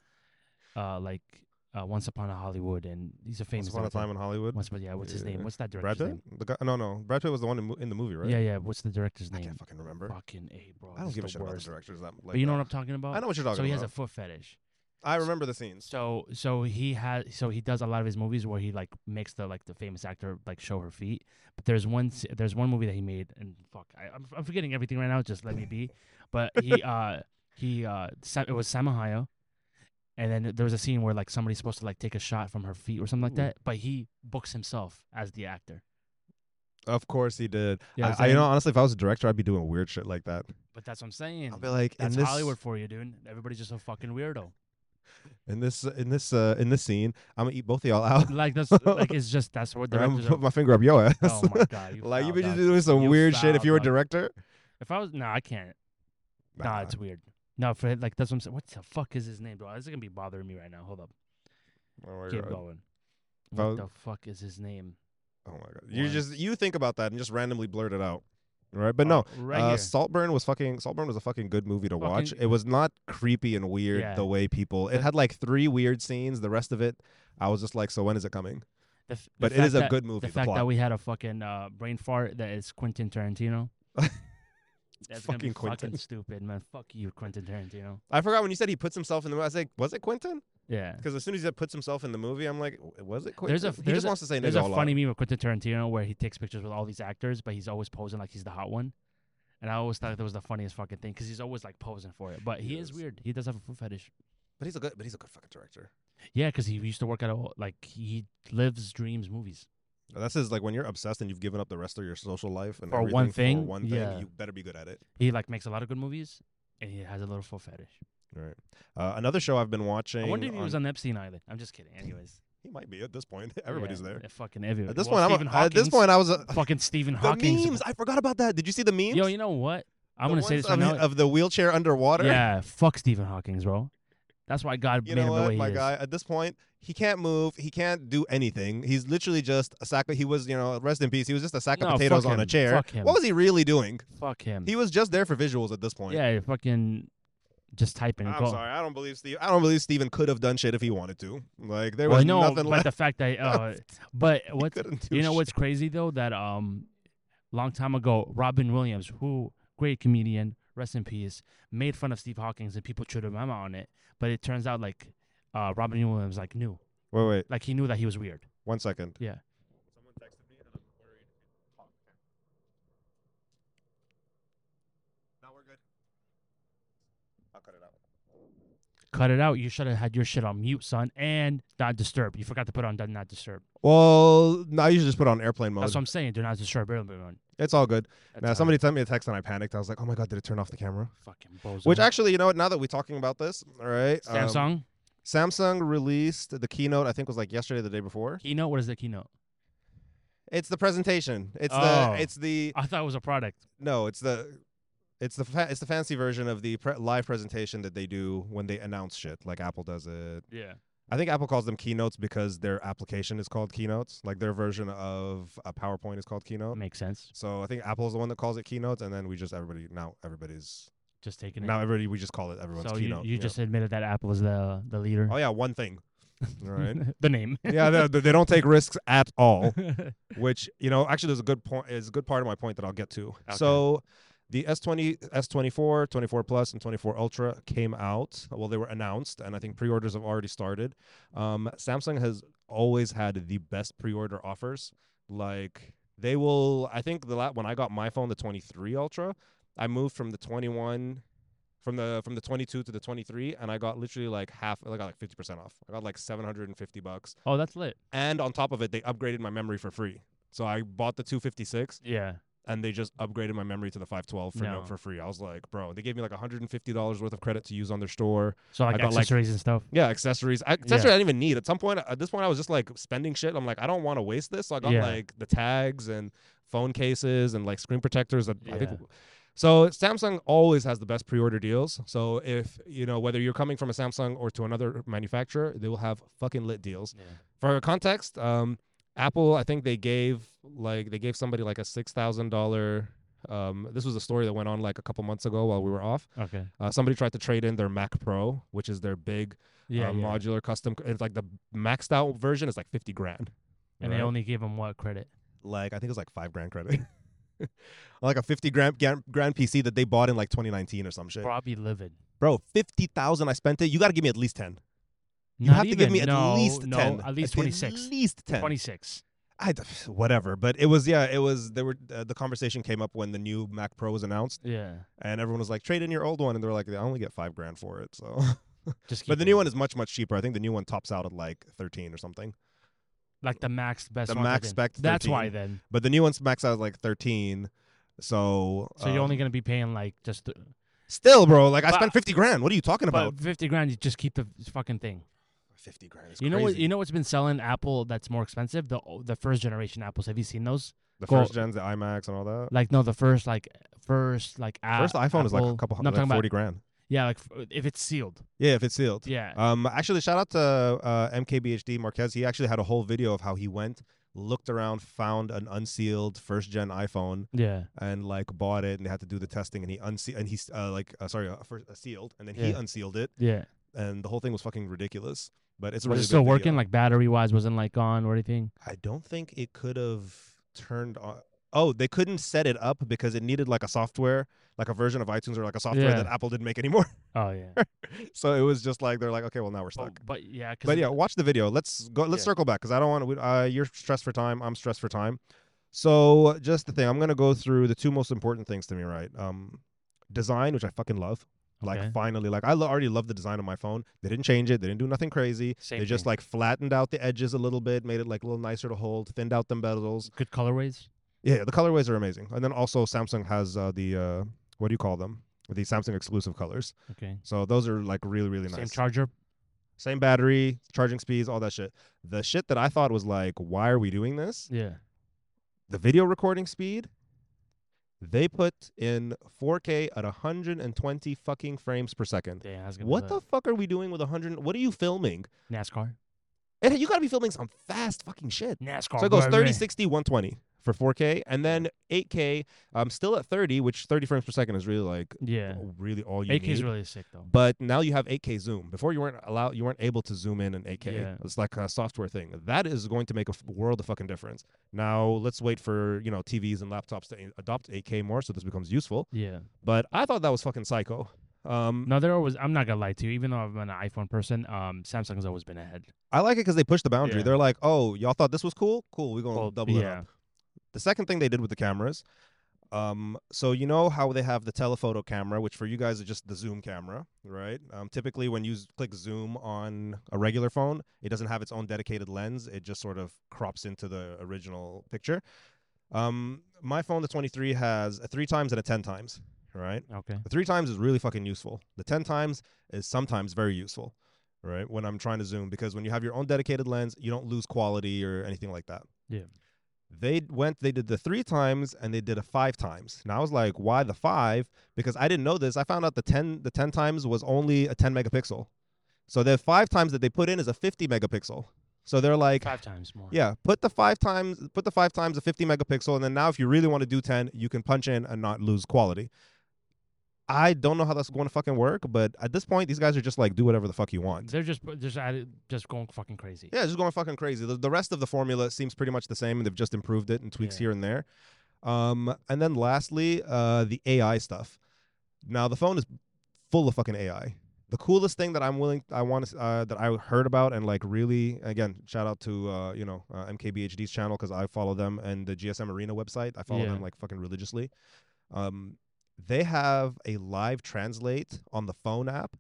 Speaker 2: uh, like uh, Once Upon a Hollywood and he's a famous
Speaker 1: Once upon a
Speaker 2: director.
Speaker 1: time in Hollywood.
Speaker 2: Once, but yeah, what's his
Speaker 1: Yeah.
Speaker 2: name? What's that
Speaker 1: uh, Brad
Speaker 2: director's
Speaker 1: Pitt.
Speaker 2: name?
Speaker 1: The guy, no, no. Brad Pitt was the one in, mo- in the movie, right?
Speaker 2: Yeah, yeah. What's the director's
Speaker 1: I
Speaker 2: name?
Speaker 1: can't fucking remember.
Speaker 2: Fucking a bro.
Speaker 1: I don't
Speaker 2: this
Speaker 1: give a
Speaker 2: is
Speaker 1: shit
Speaker 2: the
Speaker 1: about Oh, the
Speaker 2: worst.
Speaker 1: directors. That, like
Speaker 2: but you know
Speaker 1: that.
Speaker 2: what I'm talking about.
Speaker 1: I know what you're talking
Speaker 2: so he
Speaker 1: about.
Speaker 2: has a foot fetish.
Speaker 1: I remember the scenes.
Speaker 2: So so he has so he does a lot of his movies where he like makes the like the famous actor like show her feet. But there's one s- there's one movie that he made and fuck I, I'm I'm forgetting everything right now. Just let me be. But he uh he uh Sa- it was Samahaya, and then there was a scene where like somebody's supposed to like take a shot from her feet or something like
Speaker 1: Ooh.
Speaker 2: that. But he books himself as the actor.
Speaker 1: Of course he did.
Speaker 2: Yeah,
Speaker 1: I, I- you
Speaker 2: same.
Speaker 1: know, honestly, if I was a director, I'd be doing weird shit like that.
Speaker 2: But that's what I'm saying.
Speaker 1: I'd be like, in
Speaker 2: that's
Speaker 1: this,
Speaker 2: Hollywood for you, dude. Everybody's just a fucking weirdo.
Speaker 1: in this, in this, uh, in this scene, I'm gonna eat both of y'all out.
Speaker 2: Like that's like it's just that's what
Speaker 1: and I'm
Speaker 2: directors
Speaker 1: gonna put
Speaker 2: are.
Speaker 1: my finger up your ass.
Speaker 2: Oh my god! You
Speaker 1: like you
Speaker 2: foul
Speaker 1: be just
Speaker 2: dog.
Speaker 1: doing some
Speaker 2: You
Speaker 1: weird shit. If
Speaker 2: foul
Speaker 1: you were a
Speaker 2: dog.
Speaker 1: director,
Speaker 2: If I was no, I can't. Nah, it's weird. No, for like that's what I'm saying. What the fuck is his name, bro? This is gonna be bothering me right now. Hold up,
Speaker 1: Oh my
Speaker 2: keep
Speaker 1: god.
Speaker 2: going.
Speaker 1: If
Speaker 2: What
Speaker 1: I was-
Speaker 2: the fuck is his name?
Speaker 1: Oh my god. You
Speaker 2: What?
Speaker 1: just you think about that and just randomly blurt it out. Right, but no,
Speaker 2: Oh, right
Speaker 1: uh,
Speaker 2: here.
Speaker 1: Saltburn was fucking. Saltburn was a fucking good movie to watch.
Speaker 2: Fucking-
Speaker 1: It was not creepy and weird
Speaker 2: Yeah.
Speaker 1: the way people. It
Speaker 2: The-
Speaker 1: had like three weird scenes. The rest of it, I was just like, so when is it coming?
Speaker 2: The f- the
Speaker 1: But it is
Speaker 2: fact
Speaker 1: a
Speaker 2: that-
Speaker 1: good movie.
Speaker 2: The
Speaker 1: The,
Speaker 2: fact
Speaker 1: plot.
Speaker 2: that we had a fucking uh, brain fart that is Quentin Tarantino. That's gonna be
Speaker 1: Fucking Quentin.
Speaker 2: fucking stupid, man. Fuck you, Quentin Tarantino.
Speaker 1: I forgot when you said he puts himself in the movie. I was like, was it Quentin?
Speaker 2: Yeah.
Speaker 1: Because as soon as he said puts himself in the movie, I'm like, "W- was it Quentin?
Speaker 2: There's a-
Speaker 1: he
Speaker 2: there's
Speaker 1: just
Speaker 2: a-
Speaker 1: wants to say
Speaker 2: There's
Speaker 1: nigga
Speaker 2: a
Speaker 1: a lot.
Speaker 2: funny meme of Quentin Tarantino where he takes pictures with all these actors, but he's always posing like he's the hot one. And I always thought that was the funniest fucking thing because he's always like posing for it. But he
Speaker 1: He
Speaker 2: is
Speaker 1: is.
Speaker 2: weird. He does have a foot fetish.
Speaker 1: But he's a good. But he's a good fucking director.
Speaker 2: Yeah, because he used to work at a like he lives dreams movies.
Speaker 1: That's his like when you're obsessed and you've given up the rest of your social life and
Speaker 2: For
Speaker 1: everything
Speaker 2: one
Speaker 1: for
Speaker 2: thing?
Speaker 1: one thing,
Speaker 2: Yeah.
Speaker 1: you better be good at it.
Speaker 2: He like makes a lot of good movies, and he has a little foot fetish.
Speaker 1: Right. Uh, another show I've been watching.
Speaker 2: I wonder if he
Speaker 1: um,
Speaker 2: was on Epstein Island. I'm just kidding. Anyways,
Speaker 1: He might be at this point. Everybody's
Speaker 2: Yeah,
Speaker 1: there.
Speaker 2: they're Fucking everywhere.
Speaker 1: At this
Speaker 2: Well,
Speaker 1: point,
Speaker 2: Stephen
Speaker 1: I'm, at this
Speaker 2: Hawking's-
Speaker 1: point, I was uh,
Speaker 2: fucking Stephen
Speaker 1: the
Speaker 2: Hawking.
Speaker 1: memes. I forgot about that. Did you see the memes?
Speaker 2: Yo, you know what? I'm
Speaker 1: The
Speaker 2: gonna say
Speaker 1: ones
Speaker 2: this right
Speaker 1: of,
Speaker 2: now.
Speaker 1: of the wheelchair underwater.
Speaker 2: Yeah, fuck Stephen Hawking, bro. That's why God
Speaker 1: You
Speaker 2: made
Speaker 1: know
Speaker 2: him the
Speaker 1: what,
Speaker 2: way
Speaker 1: my
Speaker 2: he is.
Speaker 1: guy? At this point, he can't move. He can't do anything. He's literally just a sack. Of, he was, you know, rest in peace. He was just a sack
Speaker 2: No,
Speaker 1: of potatoes
Speaker 2: fuck
Speaker 1: on a
Speaker 2: him.
Speaker 1: chair.
Speaker 2: Fuck him.
Speaker 1: What was he really doing?
Speaker 2: Fuck him.
Speaker 1: He was just there for visuals at this point.
Speaker 2: yeah, you fucking just type in.
Speaker 1: I'm
Speaker 2: go.
Speaker 1: sorry. I don't believe Steve. I don't believe Steven could have done shit if he wanted to. Like there
Speaker 2: well,
Speaker 1: was
Speaker 2: no,
Speaker 1: nothing
Speaker 2: but
Speaker 1: left.
Speaker 2: the fact that uh, but
Speaker 1: he
Speaker 2: what
Speaker 1: couldn't do
Speaker 2: you know
Speaker 1: shit.
Speaker 2: what's crazy though that um, long time ago, Robin Williams, who great comedian, rest in peace, made fun of Steve Hawkins and people chewed him out on it. But it turns out like uh, Robin Williams like knew,
Speaker 1: Wait, wait,
Speaker 2: like he knew that he was weird.
Speaker 1: one second.
Speaker 2: Yeah.
Speaker 1: Someone texted me and I'm worried. Now we're good. I'll cut it out.
Speaker 2: Cut it out. You should have had your shit on mute, son, and not disturb. You forgot to put on do not disturb.
Speaker 1: Well, now you should just put on airplane mode.
Speaker 2: That's what I'm saying. Do not disturb everyone.
Speaker 1: It's all good.
Speaker 2: That's
Speaker 1: now
Speaker 2: how-
Speaker 1: somebody sent me a text and I panicked. I was like, oh my god, did it turn off the camera?
Speaker 2: fucking bozo.
Speaker 1: Which actually, you know what? Now that we're talking about this, all right. um,
Speaker 2: Samsung
Speaker 1: Samsung released the keynote. I think was like yesterday, or the day before.
Speaker 2: keynote. What is the keynote?
Speaker 1: It's the presentation. It's
Speaker 2: Oh.
Speaker 1: the it's the
Speaker 2: I thought it was a product.
Speaker 1: No, it's the it's the fa- it's the fancy version of the pre- live presentation that they do when they announce shit, like Apple does it.
Speaker 2: Yeah.
Speaker 1: I think Apple calls them keynotes because their application is called keynotes, like their version of a PowerPoint is called keynote.
Speaker 2: Makes sense.
Speaker 1: So I think Apple's the one that calls it keynotes, and then we just everybody now everybody's
Speaker 2: Just taking it.
Speaker 1: now everybody we just call it everyone's
Speaker 2: so you,
Speaker 1: keynote.
Speaker 2: you
Speaker 1: yeah.
Speaker 2: just admitted that Apple is the the leader.
Speaker 1: oh yeah, one thing. All right. Oh.
Speaker 2: the name.
Speaker 1: yeah, they, they- they don't take risks at all. which you know actually there's a good point is a good part of my point that I'll get to.
Speaker 2: Okay.
Speaker 1: So the S20, S24, 24 Plus, and 24 Ultra came out. Well, they were announced, and I think pre-orders have already started. Um, Samsung has always had the best pre-order offers. Like they will, I think the la- when I got my phone, the 23 Ultra, I moved from the 21 from the from the 22 to the 23, and I got literally like half. I got like 50 percent off. I got like 750 bucks
Speaker 2: oh, that's lit.
Speaker 1: and on top of it, they upgraded my memory for free. So I bought the 256,
Speaker 2: Yeah.
Speaker 1: and they just upgraded my memory to the 512 for no.
Speaker 2: No.
Speaker 1: for free. I was like, bro, they gave me like 150 dollars worth of credit to use on their store.
Speaker 2: So like
Speaker 1: got, like-
Speaker 2: accessories and stuff.
Speaker 1: Yeah, accessories. I, accessories I didn't even need. At some point, at this point, I was just like spending shit. I'm like, I don't want to waste this. So I got
Speaker 2: Yeah.
Speaker 1: like the tags and phone cases and like screen protectors. That I
Speaker 2: Yeah.
Speaker 1: think. So Samsung always has the best pre-order deals. So if you know whether you're coming from a Samsung or to another manufacturer, they will have fucking lit deals
Speaker 2: Yeah.
Speaker 1: for context, um, Apple, I think they gave like they gave somebody like a six thousand dollar. Um, this was a story that went on like a couple months ago while we were off.
Speaker 2: Okay.
Speaker 1: Uh, somebody tried to trade in their Mac Pro, which is their big
Speaker 2: Yeah.
Speaker 1: uh,
Speaker 2: yeah.
Speaker 1: modular custom. It's like the maxed out version is like fifty grand,
Speaker 2: and
Speaker 1: right?
Speaker 2: they only gave him what credit?
Speaker 1: like I think it's like five grand credit, like a fifty grand, grand grand PC that they bought in like twenty nineteen or some shit.
Speaker 2: Probably livid.
Speaker 1: Bro, fifty thousand. I spent it. You got to give me at least ten. You
Speaker 2: Not
Speaker 1: have to give
Speaker 2: even.
Speaker 1: me at
Speaker 2: No,
Speaker 1: least
Speaker 2: no,
Speaker 1: ten.
Speaker 2: At least twenty six.
Speaker 1: At least ten.
Speaker 2: Twenty six.
Speaker 1: I d- whatever, but it was yeah, it was there were uh, the conversation came up when the new Mac Pro was announced,
Speaker 2: Yeah.
Speaker 1: and everyone was like, trade in your old one, and they were like, I only get five grand for it, so.
Speaker 2: Just.
Speaker 1: but
Speaker 2: keep
Speaker 1: the
Speaker 2: it.
Speaker 1: new one is much much cheaper. I think the new one tops out at like thirteen or something.
Speaker 2: like the max best.
Speaker 1: the
Speaker 2: one
Speaker 1: max
Speaker 2: then.
Speaker 1: spec
Speaker 2: That's why
Speaker 1: 13.
Speaker 2: then.
Speaker 1: But the new one's maxed out at like thirteen, so.
Speaker 2: So you're
Speaker 1: um,
Speaker 2: only gonna be paying like just. The,
Speaker 1: still, bro. Like I
Speaker 2: But-
Speaker 1: spent fifty grand. What are you talking about?
Speaker 2: but fifty grand, you just keep the fucking thing.
Speaker 1: Fifty grand. Is
Speaker 2: You know what?
Speaker 1: crazy.
Speaker 2: You know what's been selling Apple that's more expensive? The o- the first generation Apples. Have you seen those?
Speaker 1: the
Speaker 2: go-
Speaker 1: first gens, the iMacs, and all that.
Speaker 2: Like no, the first like first like a-
Speaker 1: First iPhone is like a
Speaker 2: Apple-
Speaker 1: couple
Speaker 2: No, I'm
Speaker 1: hundred,
Speaker 2: talking
Speaker 1: like
Speaker 2: about-
Speaker 1: forty grand.
Speaker 2: yeah, like f- if it's sealed.
Speaker 1: Yeah, if it's sealed.
Speaker 2: Yeah.
Speaker 1: Um, actually, shout out to uh, MKBHD Marquez. He actually had a whole video of how he went, looked around, found an unsealed first gen iPhone,
Speaker 2: yeah.
Speaker 1: and like bought it. And they had to do the testing, and he unsealed, and he s- uh, like uh, sorry, uh, first uh, sealed, and then he
Speaker 2: Yeah.
Speaker 1: unsealed it,
Speaker 2: Yeah.
Speaker 1: and the whole thing was fucking ridiculous. But it's a
Speaker 2: Was
Speaker 1: really
Speaker 2: it still
Speaker 1: good
Speaker 2: working?
Speaker 1: video.
Speaker 2: Like battery wise, wasn't like on or anything.
Speaker 1: I don't think it could have turned on. Oh, they couldn't set it up because it needed like a software, like a version of iTunes or like a software
Speaker 2: Yeah.
Speaker 1: that Apple didn't make anymore.
Speaker 2: Oh yeah.
Speaker 1: so it was just like they're like, okay, well now we're
Speaker 2: Oh,
Speaker 1: stuck.
Speaker 2: but yeah, 'cause
Speaker 1: But
Speaker 2: it-
Speaker 1: yeah, watch the video. Let's go. Let's
Speaker 2: Yeah.
Speaker 1: circle back because I don't want to. Uh, you're stressed for time. I'm stressed for time. So just the thing. I'm gonna go through the two most important things to me. Right. Um, design, which I fucking love.
Speaker 2: Okay.
Speaker 1: Like finally, like I lo- already love the design of my phone. They didn't change it. They didn't do nothing crazy.
Speaker 3: Same
Speaker 1: they just
Speaker 3: thing.
Speaker 1: like flattened out the edges a little bit, made it like a little nicer to hold, thinned out the bezels.
Speaker 2: Good colorways.
Speaker 1: Yeah, the colorways are amazing. And then also Samsung has uh, the uh, what do you call them? The Samsung exclusive colors.
Speaker 2: Okay.
Speaker 1: So those are like really really
Speaker 2: Same
Speaker 1: nice.
Speaker 2: charger.
Speaker 1: Same battery, charging speeds, all that shit. The shit that I thought was like, why are we doing this?
Speaker 2: Yeah.
Speaker 1: The video recording speed. They put in 4K at 120 fucking frames per second.
Speaker 2: Damn, I was gonna.
Speaker 1: What the fuck are we doing with 100? What are you filming?
Speaker 2: the NASCAR?
Speaker 1: And you gotta be filming some fast fucking shit.
Speaker 2: NASCAR.
Speaker 1: so it goes
Speaker 2: baby.
Speaker 1: 30, 60, 120 for 4K, and then 8K. Um, still at 30, which 30 frames per second is really like
Speaker 2: Yeah.
Speaker 1: really all you
Speaker 2: 8K
Speaker 1: need.
Speaker 2: is really sick though.
Speaker 1: but now you have 8K zoom. Before you weren't allowed, you weren't able to zoom in in 8K.
Speaker 2: Yeah.
Speaker 1: It's like a software thing. That is going to make a f- world of fucking difference. Now let's wait for you know TVs and laptops to a- adopt 8K more, so this becomes useful.
Speaker 2: Yeah.
Speaker 1: But I thought that was fucking psycho. Um,
Speaker 2: No, they're always. I'm not gonna lie to you. Even though I'm an iPhone person, um, Samsung's always been ahead.
Speaker 1: I like it because they pushed the boundary.
Speaker 2: Yeah.
Speaker 1: They're like, oh, y'all thought this was cool? Cool, we're gonna
Speaker 2: Well,
Speaker 1: double it
Speaker 2: yeah.
Speaker 1: up. The second thing they did with the cameras, um, so you know how they have the telephoto camera, which for you guys is just the zoom camera, right? Um, typically, when you s- click zoom on a regular phone, it doesn't have its own dedicated lens. It just sort of crops into the original picture. Um, my phone, the 23, has a three times and a ten times, right?
Speaker 2: Okay.
Speaker 1: The three times is really fucking useful. The 10 times is sometimes very useful, right? When I'm trying to zoom, because when you have your own dedicated lens, you don't lose quality or anything like that.
Speaker 2: Yeah.
Speaker 1: They went, they did the three times and they did a five times. And I was like, why the five? Because I didn't know this. I found out the 10, the 10 times was only a 10 megapixel. So the five times that they put in is a 50 megapixel. So they're like,
Speaker 2: Five times more.
Speaker 1: yeah, put the five times, put the five times a 50 megapixel, and then now if you really want to do 10, you can punch in and not lose quality. I don't know how that's going to fucking work, but at this point, these guys are just like, do whatever the fuck you want.
Speaker 2: They're just just added, just going fucking crazy.
Speaker 1: Yeah, just going fucking crazy. The, the rest of the formula seems pretty much the same, and they've just improved it and tweaks
Speaker 2: Yeah.
Speaker 1: here and there. Um, and then lastly, uh, the AI stuff. Now the phone is full of fucking AI. The coolest thing that I'm willing, I want to, uh, that I heard about, and like really, again, shout out to uh, you know uh, MKBHD's channel because I follow them and the GSM Arena website. I follow
Speaker 2: Yeah.
Speaker 1: them like fucking religiously. Um, they have a live translate on the phone app,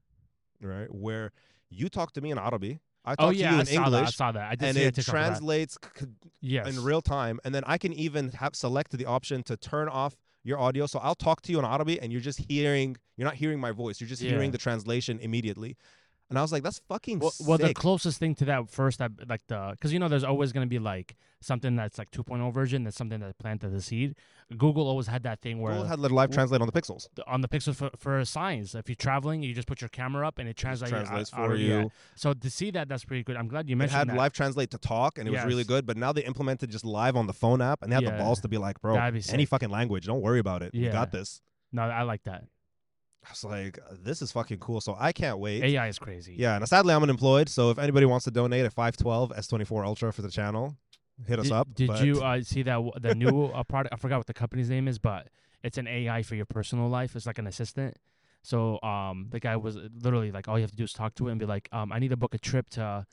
Speaker 1: right? Where you talk to me in Arabic, I talk
Speaker 2: Oh
Speaker 1: to
Speaker 2: yeah,
Speaker 1: you
Speaker 2: I
Speaker 1: in
Speaker 2: saw
Speaker 1: English,
Speaker 2: that. I saw that. I did
Speaker 1: and
Speaker 2: see a
Speaker 1: it
Speaker 2: TikTok of that.
Speaker 1: translates c- c-
Speaker 2: Yes.
Speaker 1: in real time. And then I can even have select the option to turn off your audio. So I'll talk to you in Arabic, and you're just hearing. You're not hearing my voice. You're just
Speaker 2: Yeah.
Speaker 1: hearing the translation immediately. And I was like, that's fucking
Speaker 2: Well, well, the
Speaker 1: sick.
Speaker 2: closest thing to that first, I, like the, because you know, there's always going to be like something that's like 2.0 version, that's something that planted the seed. Google always had that thing where
Speaker 1: Google had live translate on the pixels.
Speaker 2: the- on the Pixel for, for signs, if you're traveling, you just put your camera up and it translates, it
Speaker 1: translates
Speaker 2: out- out
Speaker 1: for
Speaker 2: of- uh, yeah.
Speaker 1: you.
Speaker 2: So to see that, that's pretty good. I'm glad you
Speaker 1: It
Speaker 2: mentioned
Speaker 1: had
Speaker 2: that.
Speaker 1: live translate to talk, and it was really
Speaker 2: Yes.
Speaker 1: good. But now they implemented just live on the phone app, and they had
Speaker 2: Yeah.
Speaker 1: the balls to be like, bro,
Speaker 2: That'd be
Speaker 1: any
Speaker 2: sick.
Speaker 1: fucking language, don't worry about it.
Speaker 2: Yeah.
Speaker 1: We got this.
Speaker 2: no, I like that.
Speaker 1: I was like, this is fucking cool. So I can't wait.
Speaker 2: AI is crazy.
Speaker 1: Yeah, and sadly I'm unemployed. So if anybody wants to donate a 512 S24 Ultra for the channel, hit us
Speaker 2: Did,
Speaker 1: up.
Speaker 2: did
Speaker 1: but-
Speaker 2: you uh, see that w- the new uh, product? I forgot what the company's name is, but it's an AI for your personal life. It's like an assistant. So um, the guy was literally like, all you have to do is talk to it and be like, um, I need to book a trip to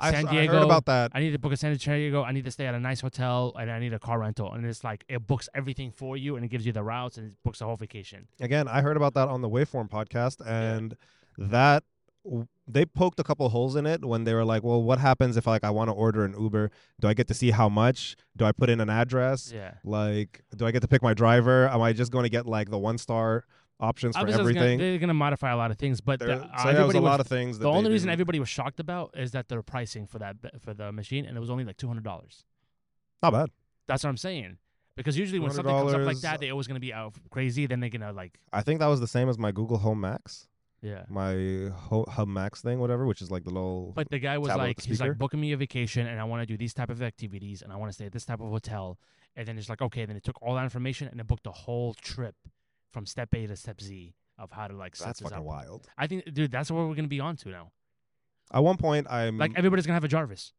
Speaker 1: I,
Speaker 2: uh,
Speaker 1: s-
Speaker 2: San
Speaker 1: I
Speaker 2: Diego.
Speaker 1: heard about that.
Speaker 2: I need to book a San Diego. I need to stay at a nice hotel, and I need a car rental. And it's like it books everything for you, and it gives you the routes, and it books the whole vacation.
Speaker 1: Again, I heard about that on the Waveform podcast, and that w- they poked a couple holes in it when they were like, "Well, what happens if like I want to order an Uber? Do I get to see how much? Do I put in an address?
Speaker 2: Yeah.
Speaker 1: Like, do I get to pick my driver? Am I just going to get like the one star options for
Speaker 2: Obviously, it's gonna-
Speaker 1: everything?"
Speaker 2: they're gonna modify a lot of things, but the,
Speaker 1: There-
Speaker 2: uh,
Speaker 1: so there was
Speaker 2: everybody
Speaker 1: a
Speaker 2: was-
Speaker 1: lot of things. That
Speaker 2: the only
Speaker 1: they
Speaker 2: reason
Speaker 1: didn't-
Speaker 2: everybody was shocked about is that their pricing for that b- for the machine, and it was only like two hundred dollars.
Speaker 1: not bad.
Speaker 2: That's what I'm saying. Because usually when something comes up like
Speaker 1: $200.
Speaker 2: that, they're always gonna be out crazy. Then they're gonna like,
Speaker 1: I think that was the same as my Google Home Max,
Speaker 2: yeah.
Speaker 1: my Ho- Home Max thing, whatever, which is like the little.
Speaker 2: But the guy was
Speaker 1: tablet with
Speaker 2: like,
Speaker 1: the
Speaker 2: he's
Speaker 1: speaker?
Speaker 2: like booking me a vacation, and I want to do these type of activities, and I want to stay at this type of hotel. And then it's like, okay. Then it took all that information and it booked the whole trip from step A to step Z of how to like set
Speaker 1: that's
Speaker 2: this
Speaker 1: fucking
Speaker 2: up.
Speaker 1: wild.
Speaker 2: I think, dude, that's what we're gonna be on to now.
Speaker 1: At one point, I'm
Speaker 2: Like everybody's gonna have a Jarvis.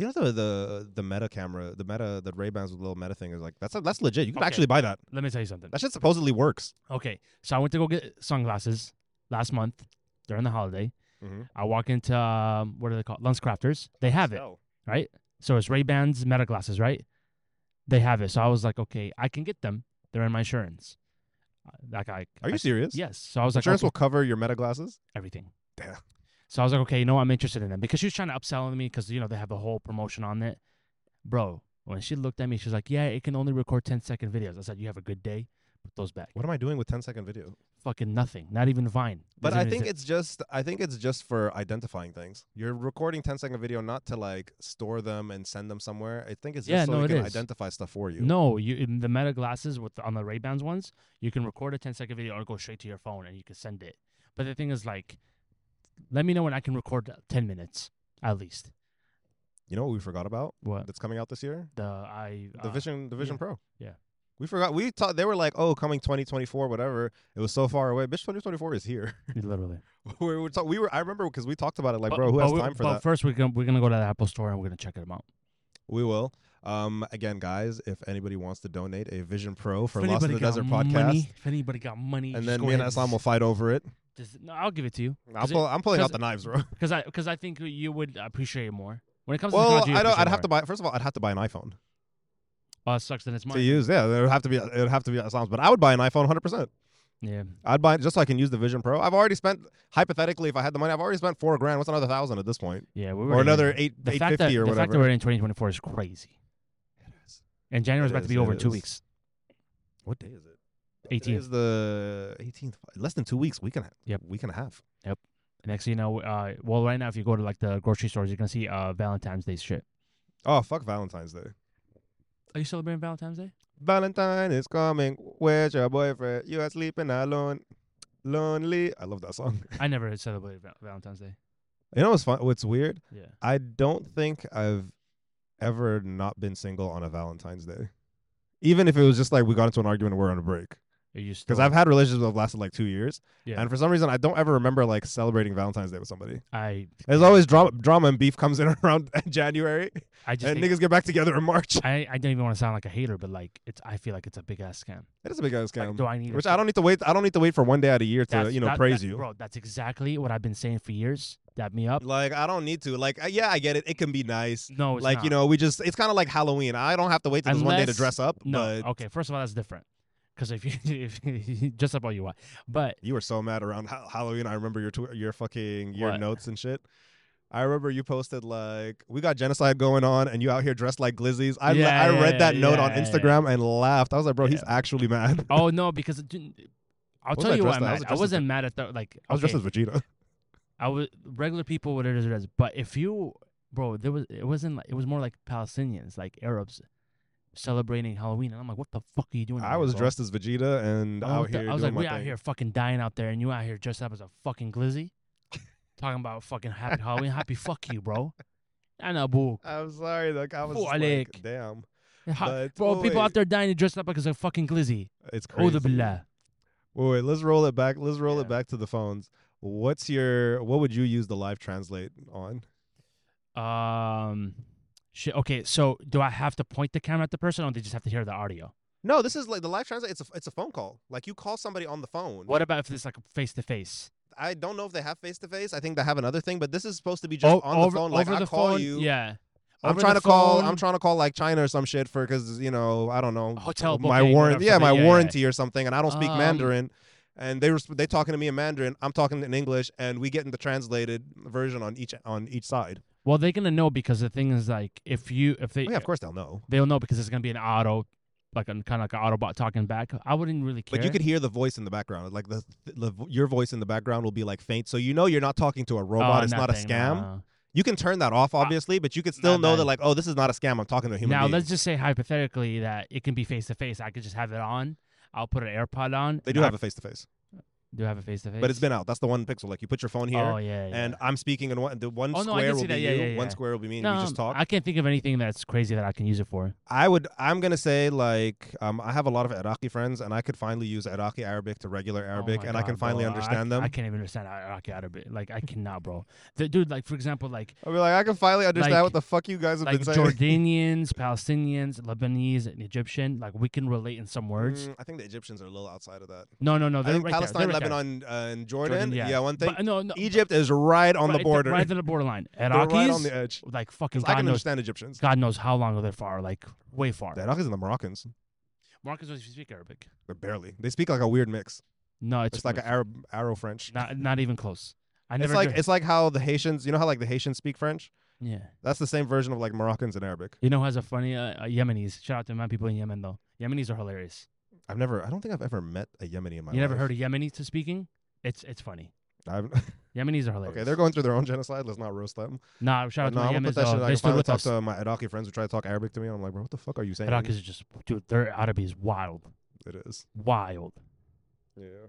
Speaker 1: you know the the the meta camera, the meta the Ray Bans with the little meta thing is like that's that's legit. You can
Speaker 2: Okay.
Speaker 1: actually buy that.
Speaker 2: Let me tell you something.
Speaker 1: That shit supposedly works.
Speaker 2: Okay, so I went to go get sunglasses last month during the holiday.
Speaker 1: Mm-hmm.
Speaker 2: I walk into um, what are they called? Lens Crafters. They have it. right? So it's Ray Bans Meta glasses, right? They have it. So I was like, okay, I can get them. They're in my insurance. Like I,
Speaker 1: Are
Speaker 2: I-
Speaker 1: you serious?
Speaker 2: Yes. So I was like,
Speaker 1: Insurance
Speaker 2: okay,
Speaker 1: will cover your meta glasses.
Speaker 2: everything.
Speaker 1: Damn.
Speaker 2: So I was like, okay, you know, what, I'm interested in them because she was trying to upsell on me because you know they have the whole promotion on it, bro. When she looked at me, she was like, yeah, it can only record 10 second videos. I said, you have a good day. Put those back.
Speaker 1: What am I doing with 10 second video?
Speaker 2: Fucking nothing. Not even Vine.
Speaker 1: But
Speaker 2: Doesn't
Speaker 1: I
Speaker 2: even
Speaker 1: think
Speaker 2: exist.
Speaker 1: it's just I think it's just for identifying things. You're recording 10 second video not to like store them and send them somewhere. I think it's just
Speaker 2: Yeah,
Speaker 1: so
Speaker 2: no,
Speaker 1: it
Speaker 2: it
Speaker 1: can
Speaker 2: is.
Speaker 1: identify stuff for you.
Speaker 2: No, you in the Meta glasses with on the Ray Bans ones, you can record a 10 second video or go straight to your phone and you can send it. But the thing is, like, let me know when I can record 10 minutes at least.
Speaker 1: You know what we forgot about
Speaker 2: What
Speaker 1: that's coming out this year?
Speaker 2: the I
Speaker 1: The
Speaker 2: uh,
Speaker 1: Vision the Vision
Speaker 2: yeah,
Speaker 1: Pro.
Speaker 2: yeah.
Speaker 1: We forgot we thought they were like, "Oh, coming 2024 whatever." It was so far away. Bitch, 2024 is here.
Speaker 2: literally.
Speaker 1: we were talk- we were I remember because we talked about it like,
Speaker 2: But-
Speaker 1: "Bro, who
Speaker 2: but
Speaker 1: has
Speaker 2: we-
Speaker 1: time for
Speaker 2: but
Speaker 1: that?"
Speaker 2: first, we're gonna we're gonna go to the Apple Store and we're gonna check them out.
Speaker 1: We will. Um, again, guys, if anybody wants to donate a Vision Pro for
Speaker 2: If
Speaker 1: Lost in
Speaker 2: anybody
Speaker 1: the
Speaker 2: got
Speaker 1: Desert podcast,
Speaker 2: money- if anybody got money,
Speaker 1: and
Speaker 2: just
Speaker 1: then
Speaker 2: go
Speaker 1: me and
Speaker 2: ahead
Speaker 1: Islam will fight over it.
Speaker 2: just- just- no, I'll give it to you
Speaker 1: I'll
Speaker 2: 'Cause it-
Speaker 1: pull, I'm pulling out
Speaker 2: 'cause-
Speaker 1: the knives, bro.
Speaker 2: because I because I think you would appreciate it more when it comes to
Speaker 1: Well,
Speaker 2: technology. you
Speaker 1: I don't.
Speaker 2: appreciate
Speaker 1: I'd
Speaker 2: it
Speaker 1: have to
Speaker 2: more.
Speaker 1: buy. First of all, I'd have to buy an iPhone
Speaker 2: Oh, it sucks that it's
Speaker 1: to
Speaker 2: mine.
Speaker 1: use. Yeah, it would have to be. It would have to be Islam's, but I would buy an iPhone 100. percent
Speaker 2: Yeah,
Speaker 1: I'd buy it just so I can use the Vision Pro. I've already spent hypothetically, if I had the money, I've already spent four grand. What's another thousand at this point,
Speaker 2: yeah, we were
Speaker 1: or
Speaker 2: in-
Speaker 1: another eight
Speaker 2: the
Speaker 1: eight
Speaker 2: fact that
Speaker 1: fifty or
Speaker 2: the fact that
Speaker 1: whatever?
Speaker 2: we're in 2024 is crazy.
Speaker 1: is.
Speaker 2: And January is
Speaker 1: It
Speaker 2: about to
Speaker 1: is,
Speaker 2: be over
Speaker 1: it
Speaker 2: in two
Speaker 1: is.
Speaker 2: weeks.
Speaker 1: What day is it? Today
Speaker 2: 18th.
Speaker 1: is the 18th. Less than two weeks. Week and a
Speaker 2: Yep.
Speaker 1: Week and a half.
Speaker 2: Next thing you know, uh, well, right now if you go to like the grocery stores, you're gonna see uh Valentine's Day shit.
Speaker 1: Oh fuck Valentine's Day.
Speaker 2: Are you celebrating Valentine's Day?
Speaker 1: Valentine is coming. Where's your boyfriend? You are sleeping alone, lonely. I love that song.
Speaker 2: I never celebrated Val- Valentine's Day.
Speaker 1: You know what's fun? What's weird?
Speaker 2: Yeah.
Speaker 1: I don't think I've ever not been single on a Valentine's Day, even if it was just like we got into an argument and we're on a break.
Speaker 2: Are you still?
Speaker 1: Because I've had relationships that have lasted like two years,
Speaker 2: Yeah.
Speaker 1: and for some reason I don't ever remember like celebrating Valentine's Day with somebody.
Speaker 2: I
Speaker 1: There's always drama, drama and beef comes in around January,
Speaker 2: I just
Speaker 1: and
Speaker 2: think-
Speaker 1: niggas get back together in March.
Speaker 2: I I don't even want to sound like a hater, but like it's I feel like it's a big ass scam.
Speaker 1: It is a big ass
Speaker 2: Like,
Speaker 1: scam.
Speaker 2: do I need?
Speaker 1: Which
Speaker 2: to-
Speaker 1: I don't need to wait. I don't need to wait for one day out of the year to
Speaker 2: that's-
Speaker 1: you know
Speaker 2: that-
Speaker 1: praise
Speaker 2: that-
Speaker 1: you.
Speaker 2: bro. That's exactly what I've been saying for years. Dab me up.
Speaker 1: Like I don't need to. Like I- yeah, I get it. It can be nice.
Speaker 2: No, it's
Speaker 1: like
Speaker 2: not.
Speaker 1: you know, we just it's kind of like Halloween. I don't have to wait till this one day to
Speaker 2: Unless-
Speaker 1: dress up.
Speaker 2: No,
Speaker 1: But
Speaker 2: okay. First of all, that's different. Because if you if you dress up all you want, but
Speaker 1: you were so mad around ha- Halloween. I remember your tw- your fucking your
Speaker 2: What?
Speaker 1: notes and shit. I remember you posted like we got genocide going on, and you out here dressed like glizzies. I la-
Speaker 2: Yeah,
Speaker 1: I
Speaker 2: yeah,
Speaker 1: read that note on
Speaker 2: yeah, yeah.
Speaker 1: Instagram and laughed. I was like, bro, he's
Speaker 2: Yeah.
Speaker 1: actually mad.
Speaker 2: oh no, because it didn't, I'll
Speaker 1: What was
Speaker 2: tell
Speaker 1: I
Speaker 2: you what
Speaker 1: dressed as? I was
Speaker 2: I'm mad. I
Speaker 1: dressed as
Speaker 2: wasn't mad at the like.
Speaker 1: I was
Speaker 2: okay,
Speaker 1: dressed as Vegeta.
Speaker 2: I was regular people, what it is, it is. But if you, bro, there was it wasn't like it was more like Palestinians, like Arabs, celebrating Halloween, and I'm like, what the fuck are you doing?
Speaker 1: I
Speaker 2: here,
Speaker 1: was
Speaker 2: bro?
Speaker 1: dressed as Vegeta and
Speaker 2: I'm
Speaker 1: out
Speaker 2: with the-
Speaker 1: here.
Speaker 2: I was
Speaker 1: doing
Speaker 2: like,
Speaker 1: my
Speaker 2: we out
Speaker 1: thing.
Speaker 2: here fucking dying out there, and you out here dressed up as a fucking glizzy, talking about fucking happy Halloween, happy fuck you, bro. I know, boo.
Speaker 1: I'm sorry, like I was
Speaker 2: Fool,
Speaker 1: just like,
Speaker 2: Alec.
Speaker 1: damn.
Speaker 2: Ha-
Speaker 1: But
Speaker 2: bro,
Speaker 1: oh,
Speaker 2: people
Speaker 1: wait.
Speaker 2: out there dying and dressed up like as a fucking glizzy.
Speaker 1: It's crazy.
Speaker 2: Oda billah.
Speaker 1: Wait, wait, let's roll it back. Let's roll it
Speaker 2: Yeah.
Speaker 1: back to the phones. What's your what would you use the live translate on?
Speaker 2: Um, shit. Okay, so do I have to point the camera at the person, or they just have to hear the audio?
Speaker 1: No, this is like the live translate. It's a it's a phone call. Like you call somebody on the phone.
Speaker 2: What about if it's like face to face?
Speaker 1: I don't know if they have face to face. I think they have another thing, but this is supposed to be just on the phone. Like I call you.
Speaker 2: Yeah.
Speaker 1: I'm
Speaker 2: Over
Speaker 1: trying
Speaker 2: the
Speaker 1: to call.
Speaker 2: phone.
Speaker 1: I'm trying to call like China or some shit for because you know I don't know
Speaker 2: Hotel
Speaker 1: my
Speaker 2: booking or
Speaker 1: warranty. Yeah, my
Speaker 2: something. Yeah, yeah.
Speaker 1: warranty or something, and I don't speak
Speaker 2: Um,
Speaker 1: Mandarin. And they were they talking to me in Mandarin. I'm talking in English, and we get in the translated version on each on each side.
Speaker 2: Well, they're gonna know because the thing is, like, if you if they
Speaker 1: Oh, yeah, of course they'll know.
Speaker 2: they'll know because it's gonna be an auto, like an kind of like an Autobot talking back. I wouldn't really care.
Speaker 1: But you could hear the voice in the background. Like the, the your voice in the background will be like faint, so you know you're not talking to a
Speaker 2: Oh,
Speaker 1: robot. it's not a
Speaker 2: nothing,
Speaker 1: scam.
Speaker 2: no.
Speaker 1: You can turn that off, obviously, but you could still know
Speaker 2: nah.
Speaker 1: that like, oh, this is not a scam. I'm talking to a human.
Speaker 2: Ah, Now
Speaker 1: being.
Speaker 2: let's just say hypothetically that it can be face to face. I could just have it on. I'll put an AirPod on.
Speaker 1: they do have a face to face,
Speaker 2: do have a face to face.
Speaker 1: but it's been out. That's the one pixel. Like you put your phone here,
Speaker 2: oh yeah, yeah.
Speaker 1: and I'm speaking in one. The one
Speaker 2: Oh, no, I
Speaker 1: square
Speaker 2: did
Speaker 1: will
Speaker 2: see
Speaker 1: be
Speaker 2: that.
Speaker 1: you.
Speaker 2: Yeah, yeah,
Speaker 1: One
Speaker 2: yeah.
Speaker 1: square will be me, and
Speaker 2: no,
Speaker 1: we just talk.
Speaker 2: I can't think of anything that's crazy that I can use it for.
Speaker 1: I would. I'm gonna say like um, I have a lot of Iraqi friends, and I could finally use Iraqi Arabic to regular
Speaker 2: Oh
Speaker 1: Arabic,
Speaker 2: my
Speaker 1: and I can
Speaker 2: God, bro.
Speaker 1: finally
Speaker 2: I-
Speaker 1: understand them.
Speaker 2: I can't even understand Iraqi Arabic. Like I cannot, bro. The, dude, like for example, like
Speaker 1: I'll be like, I can finally understand
Speaker 2: Like-
Speaker 1: what the fuck you guys have
Speaker 2: like
Speaker 1: been saying.
Speaker 2: Jordanians, Palestinians, Lebanese, and Egyptian. Like we can relate in some words.
Speaker 1: Mm, I think the Egyptians are a little outside of that.
Speaker 2: No, no, no.
Speaker 1: I
Speaker 2: They're
Speaker 1: think
Speaker 2: right there,
Speaker 1: Palestine,
Speaker 2: they're right there.
Speaker 1: Lebanon, uh, and Jordan.
Speaker 2: Jordan,
Speaker 1: yeah.
Speaker 2: yeah.
Speaker 1: one thing.
Speaker 2: But, uh, no, no,
Speaker 1: Egypt is right on
Speaker 2: right
Speaker 1: the
Speaker 2: th-
Speaker 1: border.
Speaker 2: right to the borderline.
Speaker 1: They're
Speaker 2: Iraqis,
Speaker 1: right on the edge.
Speaker 2: like fucking
Speaker 1: I
Speaker 2: God
Speaker 1: can
Speaker 2: knows,
Speaker 1: understand Egyptians.
Speaker 2: God knows how long they're far, like way far.
Speaker 1: The Iraqis and the Moroccans.
Speaker 2: Marcus, does he speak Arabic?
Speaker 1: But barely. They speak like a weird mix.
Speaker 2: No, it's,
Speaker 1: It's like an
Speaker 2: mixed.
Speaker 1: Arab, Arab French.
Speaker 2: not not even close. I never.
Speaker 1: It's like
Speaker 2: dr-
Speaker 1: it's like how the Haitians. You know how like the Haitians speak French.
Speaker 2: yeah.
Speaker 1: That's the same version of like Moroccans and Arabic.
Speaker 2: You know who has a funny uh, uh, Yemenis? Shout out to my people in Yemen though. Yemenis are hilarious.
Speaker 1: I've never. I don't think I've ever met a Yemeni in my.
Speaker 2: you never
Speaker 1: life.
Speaker 2: heard of Yemenis to speaking? It's it's funny.
Speaker 1: I've,
Speaker 2: Yemenis are hilarious.
Speaker 1: okay, they're going through their own genocide. Let's not roast them.
Speaker 2: Nah, shout out
Speaker 1: no,
Speaker 2: to
Speaker 1: I'm gonna
Speaker 2: my
Speaker 1: put
Speaker 2: Yemenis.
Speaker 1: that shit.
Speaker 2: though.
Speaker 1: I
Speaker 2: They
Speaker 1: can
Speaker 2: stood
Speaker 1: finally
Speaker 2: with
Speaker 1: talk
Speaker 2: us.
Speaker 1: to my Iraqi friends who try to talk Arabic to me, and I'm like, bro, what the fuck are you saying?
Speaker 2: Iraq is just dude. Their Arabic is wild,
Speaker 1: it is.
Speaker 2: wild.
Speaker 1: Yeah.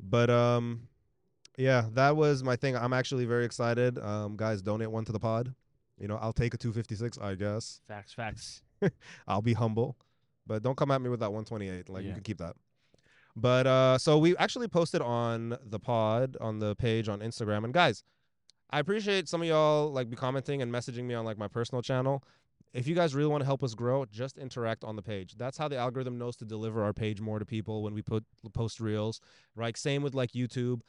Speaker 1: But um, yeah, that was my thing. I'm actually very excited. Um, guys, donate one to the pod. You know, I'll take a 256, I guess.
Speaker 2: Facts, facts.
Speaker 1: I'll be humble, but don't come at me with that 128. Like you
Speaker 2: Yeah.
Speaker 1: can keep that. But uh, so we actually posted on the pod on the page on Instagram, and guys, I appreciate some of y'all like be commenting and messaging me on like my personal channel. If you guys really want to help us grow, just interact on the page. That's how the algorithm knows to deliver our page more to people when we put post reels. Right? Same with like YouTube.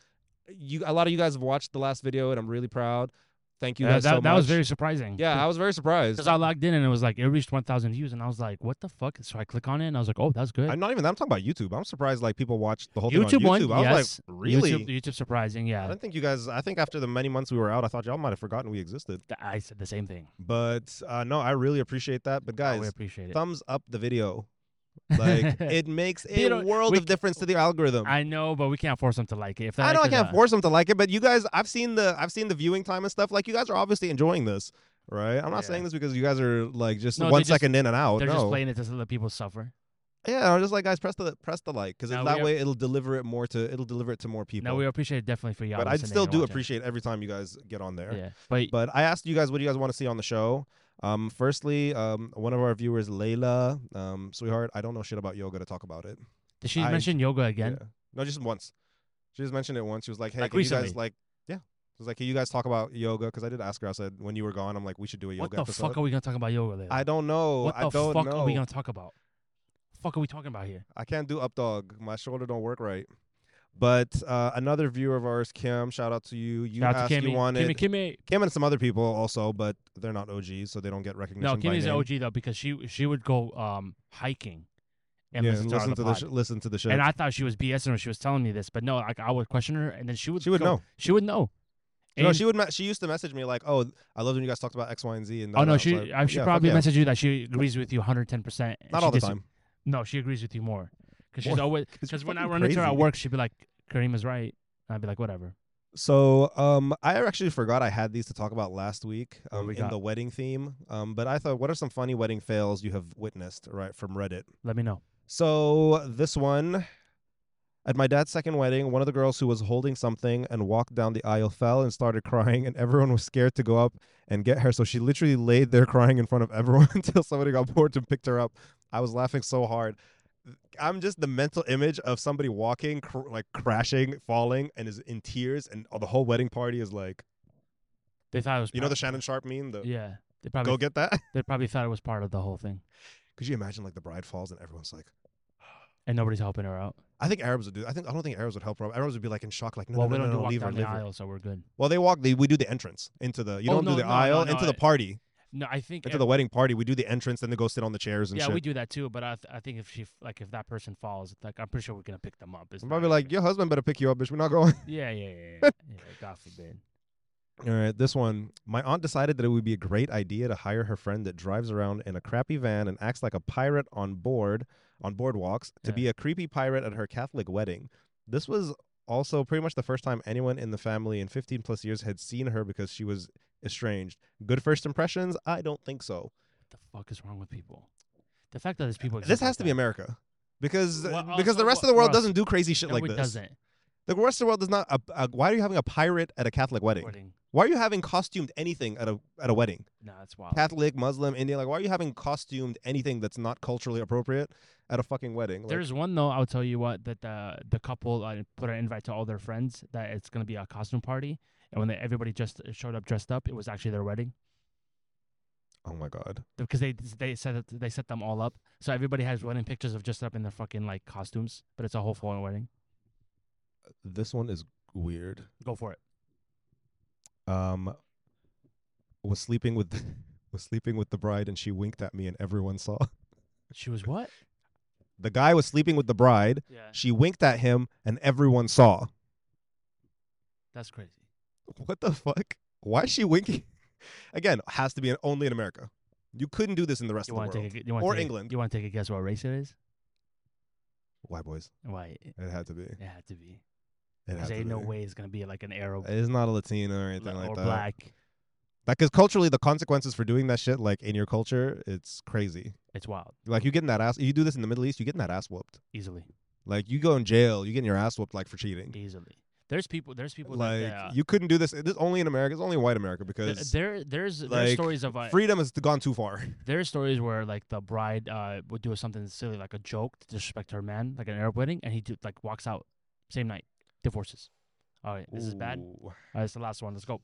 Speaker 1: You a lot of you guys have watched the last video, and I'm really proud. Thank you
Speaker 2: Uh,
Speaker 1: guys
Speaker 2: that
Speaker 1: so
Speaker 2: that was
Speaker 1: much.
Speaker 2: very surprising.
Speaker 1: yeah, I was very surprised.
Speaker 2: Because I logged in and it was like it reached 1,000 views and I was like, "What the fuck?" So I click on it and I was like, "Oh, that's good."
Speaker 1: I'm not even. that. I'm talking about YouTube. I'm surprised like people watched the whole
Speaker 2: YouTube
Speaker 1: thing on
Speaker 2: one,
Speaker 1: YouTube. I was
Speaker 2: yes.
Speaker 1: like, really?
Speaker 2: YouTube, YouTube surprising,
Speaker 1: I
Speaker 2: yeah.
Speaker 1: didn't think you guys. I think after the many months we were out, I thought y'all might have forgotten we existed.
Speaker 2: Th- I said the same thing.
Speaker 1: But uh, no, I really appreciate that. But
Speaker 2: Oh, we
Speaker 1: guys,
Speaker 2: appreciate it.
Speaker 1: thumbs up the video. Like it makes a
Speaker 2: You know,
Speaker 1: world
Speaker 2: we
Speaker 1: of difference to the algorithm. I,
Speaker 2: I know, but we can't force them to like it. If they
Speaker 1: know I
Speaker 2: like it,
Speaker 1: can't
Speaker 2: uh,
Speaker 1: force them to like it, but you guys, I've seen the I've seen the viewing time and stuff. Like you guys are obviously enjoying this, right? I'm not
Speaker 2: Yeah.
Speaker 1: saying this because you guys are like just
Speaker 2: No,
Speaker 1: one
Speaker 2: they
Speaker 1: second
Speaker 2: just-
Speaker 1: in and out.
Speaker 2: they're
Speaker 1: no,
Speaker 2: just playing it to let people suffer.
Speaker 1: yeah, I'm just like guys, press the press the like because
Speaker 2: No, we
Speaker 1: that
Speaker 2: are-
Speaker 1: way it'll deliver it more to it'll deliver it to more people.
Speaker 2: No, we appreciate it definitely for y'all.
Speaker 1: but I
Speaker 2: listening
Speaker 1: still
Speaker 2: and
Speaker 1: do
Speaker 2: watching.
Speaker 1: appreciate every time you guys get on there.
Speaker 2: Yeah, but,
Speaker 1: But I asked you guys what do you guys want to see on the show. Um, firstly, um, one of our viewers, Layla, um, sweetheart, I don't know shit about yoga to talk about it.
Speaker 2: did she
Speaker 1: I-
Speaker 2: mention yoga again?
Speaker 1: Yeah. No, just once. She just mentioned it once. She was like, "Hey,
Speaker 2: Like
Speaker 1: can you guys
Speaker 2: recently?
Speaker 1: like, yeah." She was like, "Can you guys talk about yoga?" Because I did ask her. I said, "When you were gone, I'm like, we should do a
Speaker 2: what
Speaker 1: yoga
Speaker 2: the
Speaker 1: episode."
Speaker 2: fuck are we gonna talk about yoga later?
Speaker 1: I don't know.
Speaker 2: What
Speaker 1: I
Speaker 2: the
Speaker 1: don't
Speaker 2: fuck
Speaker 1: know.
Speaker 2: are we gonna talk about? Fuck are we talking about here?
Speaker 1: I can't do up dog. My shoulder don't work right. But uh, another viewer of ours, Kim, shout out to you. You
Speaker 2: Shout out
Speaker 1: asked
Speaker 2: to Kimmy.
Speaker 1: you wanted
Speaker 2: Kimmy, Kimmy.
Speaker 1: Kim and some other people also, but they're not OGs, so they don't get recognition.
Speaker 2: No,
Speaker 1: by
Speaker 2: Kimmy's an
Speaker 1: name.
Speaker 2: OG though because she she would go um hiking and
Speaker 1: yeah,
Speaker 2: listen to,
Speaker 1: listen
Speaker 2: our
Speaker 1: to the
Speaker 2: pod.
Speaker 1: sh- listen to the show.
Speaker 2: and I thought she was BSing when she was telling me this, but no, like I would question her, and then she would
Speaker 1: she would
Speaker 2: go-
Speaker 1: know.
Speaker 2: She would know.
Speaker 1: no,
Speaker 2: And-
Speaker 1: she would. Me- she used to message me like, "Oh, I loved when you guys talked about X, Y, and Z." And
Speaker 2: oh
Speaker 1: da-da-da."
Speaker 2: no, she
Speaker 1: So
Speaker 2: I, she
Speaker 1: yeah, fuck
Speaker 2: probably
Speaker 1: yeah.
Speaker 2: messaged you that she agrees with you 110. percent
Speaker 1: Not all the time.
Speaker 2: No, she agrees with you more because she's
Speaker 1: More?
Speaker 2: always
Speaker 1: 'Cause you're
Speaker 2: because when I
Speaker 1: fucking
Speaker 2: run into her at
Speaker 1: crazy.
Speaker 2: work, she'd be like, "Kareem is right," and I'd be like, "Whatever."
Speaker 1: So, um, I actually forgot I had these to talk about last week
Speaker 2: What
Speaker 1: um,
Speaker 2: we
Speaker 1: in
Speaker 2: got?
Speaker 1: the wedding theme. Um, but I thought, what are some funny wedding fails you have witnessed, right, from Reddit?
Speaker 2: Let me know.
Speaker 1: So this one, at my dad's second wedding, one of the girls who was holding something and walked down the aisle fell and started crying, and everyone was scared to go up and get her. So she literally laid there crying in front of everyone until somebody got bored and picked her up. I was laughing so hard. I'm just the mental image of somebody walking, cr- like crashing, falling, and is in tears, and the whole wedding party is like,
Speaker 2: They thought it was
Speaker 1: you know, the
Speaker 2: part-
Speaker 1: Shannon Sharp meme, the
Speaker 2: Yeah, they
Speaker 1: go
Speaker 2: probably
Speaker 1: get that.
Speaker 2: they probably thought it was part of the whole thing,
Speaker 1: Could you imagine like the bride falls and everyone's like.
Speaker 2: and nobody's helping her out.
Speaker 1: I think Arabs would do. I think I don't think Arabs would help. Rob. Arabs would be like in shock, like no,
Speaker 2: well,
Speaker 1: no,
Speaker 2: we
Speaker 1: no,
Speaker 2: don't
Speaker 1: no,
Speaker 2: do walk
Speaker 1: leave her,
Speaker 2: down
Speaker 1: leave
Speaker 2: the
Speaker 1: her.
Speaker 2: aisle, so we're good.
Speaker 1: Well, they walk. They, we do the entrance into the. You
Speaker 2: Oh,
Speaker 1: don't
Speaker 2: no,
Speaker 1: do the
Speaker 2: no, no,
Speaker 1: aisle
Speaker 2: no,
Speaker 1: into the
Speaker 2: I-
Speaker 1: party
Speaker 2: No, I think
Speaker 1: into the wedding party. We do the entrance, then they go sit on the chairs and
Speaker 2: yeah,
Speaker 1: shit.
Speaker 2: we do that too. But I, th- I think if she f- like if that person falls, like I'm pretty sure we're gonna pick them up. It's
Speaker 1: I'm
Speaker 2: not
Speaker 1: probably
Speaker 2: like-
Speaker 1: like, your husband better pick you up, bitch. We're not going.
Speaker 2: yeah, yeah, yeah, yeah. yeah God forbid.
Speaker 1: All right, this one. My aunt decided that it would be a great idea to hire her friend that drives around in a crappy van and acts like a pirate on board on boardwalks to
Speaker 2: Yeah.
Speaker 1: be a creepy pirate at her Catholic wedding. This was also pretty much the first time anyone in the family in 15 plus years had seen her because she was estranged. Good first impressions? I don't think so.
Speaker 2: What the fuck is wrong with people? The fact that there's people.
Speaker 1: This has to be America. Because
Speaker 2: Well, uh,
Speaker 1: because the
Speaker 2: uh,
Speaker 1: rest of
Speaker 2: wha-
Speaker 1: the world
Speaker 2: Ross,
Speaker 1: doesn't do crazy shit
Speaker 2: no,
Speaker 1: like
Speaker 2: it
Speaker 1: this.
Speaker 2: doesn't.
Speaker 1: The rest of the world does not. Uh, uh, why are you having a pirate at a Catholic wedding?
Speaker 2: Wedding.
Speaker 1: Why are you having costumed anything at a at a wedding?
Speaker 2: No, that's wild.
Speaker 1: Catholic, Muslim, Indian. Like, why are you having costumed anything that's not culturally appropriate at a fucking wedding? Like,
Speaker 2: There's one though. I'll tell you what. That the the couple uh, put an invite to all their friends that it's gonna be a costume party, and when they, everybody just showed up dressed up, it was actually their wedding
Speaker 1: oh my god.
Speaker 2: because they they set it, they set them all up. So everybody has wedding pictures of just up in their fucking like costumes, but it's a whole full wedding.
Speaker 1: This one is weird.
Speaker 2: Go for it.
Speaker 1: Um, was sleeping with was sleeping with the bride, and she winked at me, and everyone saw.
Speaker 2: She was what?
Speaker 1: The guy was sleeping with the bride.
Speaker 2: Yeah,
Speaker 1: She winked at him, and everyone saw.
Speaker 2: that's crazy.
Speaker 1: What the fuck? Why is she winking? Again, has to be in, only in America. You couldn't do this in the rest
Speaker 2: You
Speaker 1: of
Speaker 2: want
Speaker 1: the
Speaker 2: to
Speaker 1: world.
Speaker 2: take a, you want
Speaker 1: Or
Speaker 2: take, a-
Speaker 1: England.
Speaker 2: You want to take a guess what race it is?
Speaker 1: Why, boys?
Speaker 2: Why it,
Speaker 1: It had to be. It
Speaker 2: it had to be.
Speaker 1: had
Speaker 2: Because
Speaker 1: to
Speaker 2: ain't no
Speaker 1: be.
Speaker 2: way it's gonna be like an Arab
Speaker 1: It is not a Latina or anything
Speaker 2: bla-
Speaker 1: like
Speaker 2: or
Speaker 1: that.
Speaker 2: black.
Speaker 1: Like, because culturally, the consequences for doing that shit, like in your culture, it's crazy.
Speaker 2: It's wild,
Speaker 1: Like, you getting that ass. You do this in the Middle East, you getting that ass whooped.
Speaker 2: easily,
Speaker 1: Like, you go in jail, you getting your ass whooped like for cheating.
Speaker 2: easily. There's people. There's people
Speaker 1: like,
Speaker 2: that, uh,
Speaker 1: you couldn't do this. This only in America. It's only white America
Speaker 2: th-
Speaker 1: because
Speaker 2: there there's there's
Speaker 1: like,
Speaker 2: stories of uh,
Speaker 1: freedom has gone too far.
Speaker 2: there are stories where like the bride uh would do something silly like a joke to disrespect her man like an Arab wedding and he do, like walks out same night divorces. All right, this is bad.
Speaker 1: Ooh.
Speaker 2: All right, it's the last one. Let's go.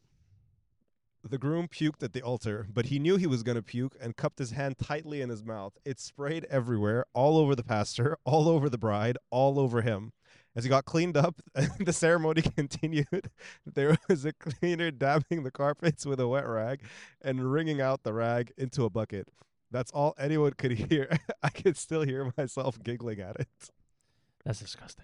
Speaker 1: The groom puked at the altar, but he knew he was going to puke and cupped his hand tightly in his mouth. It sprayed everywhere, all over the pastor, all over the bride, all over him. As he got cleaned up, the ceremony continued. There was a cleaner dabbing the carpets with a wet rag and wringing out the rag into a bucket. That's all anyone could hear. I could still hear myself giggling at it.
Speaker 2: That's disgusting.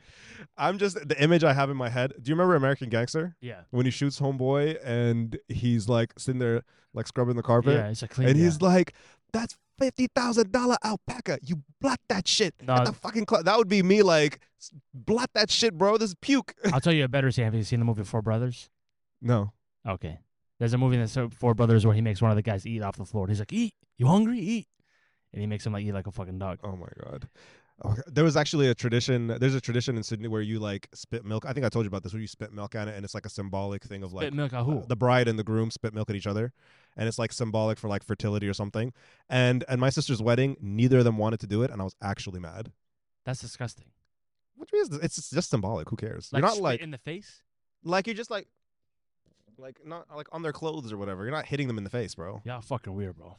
Speaker 1: I'm just the image I have in my head. Do you remember American Gangster?
Speaker 2: Yeah.
Speaker 1: When he shoots Homeboy and he's like sitting there, like scrubbing the carpet
Speaker 2: Yeah, it's a clean.
Speaker 1: and
Speaker 2: yeah.
Speaker 1: he's like, "That's fifty thousand dollar alpaca. You blot that shit
Speaker 2: No.
Speaker 1: at the fucking club." That would be me, like, "S- blot that shit, bro. This is puke.
Speaker 2: I'll tell you a better scene. Have you seen the movie Four Brothers?
Speaker 1: No,
Speaker 2: Okay. There's a movie that's uh, Four Brothers where he makes one of the guys eat off the floor. And he's like, "Eat, you hungry? Eat," and he makes him like eat like a fucking dog.
Speaker 1: oh my god. Oh, There was actually a tradition. There's a tradition in Sydney where you like spit milk. I think I told you about this. Where you spit milk on it, and it's like a symbolic thing of like
Speaker 2: Spit milk at
Speaker 1: uh,
Speaker 2: who?
Speaker 1: the bride and the groom spit milk at each other, and it's like symbolic for like fertility or something. And at my sister's wedding, neither of them wanted to do it, and I was actually mad.
Speaker 2: that's disgusting.
Speaker 1: Which means it's just symbolic. Who cares?
Speaker 2: Like,
Speaker 1: You're not
Speaker 2: spit
Speaker 1: like
Speaker 2: in the face.
Speaker 1: Like you're just like, like not like on their clothes or whatever. You're not hitting them in the face, bro.
Speaker 2: Yeah, fucking weird, bro.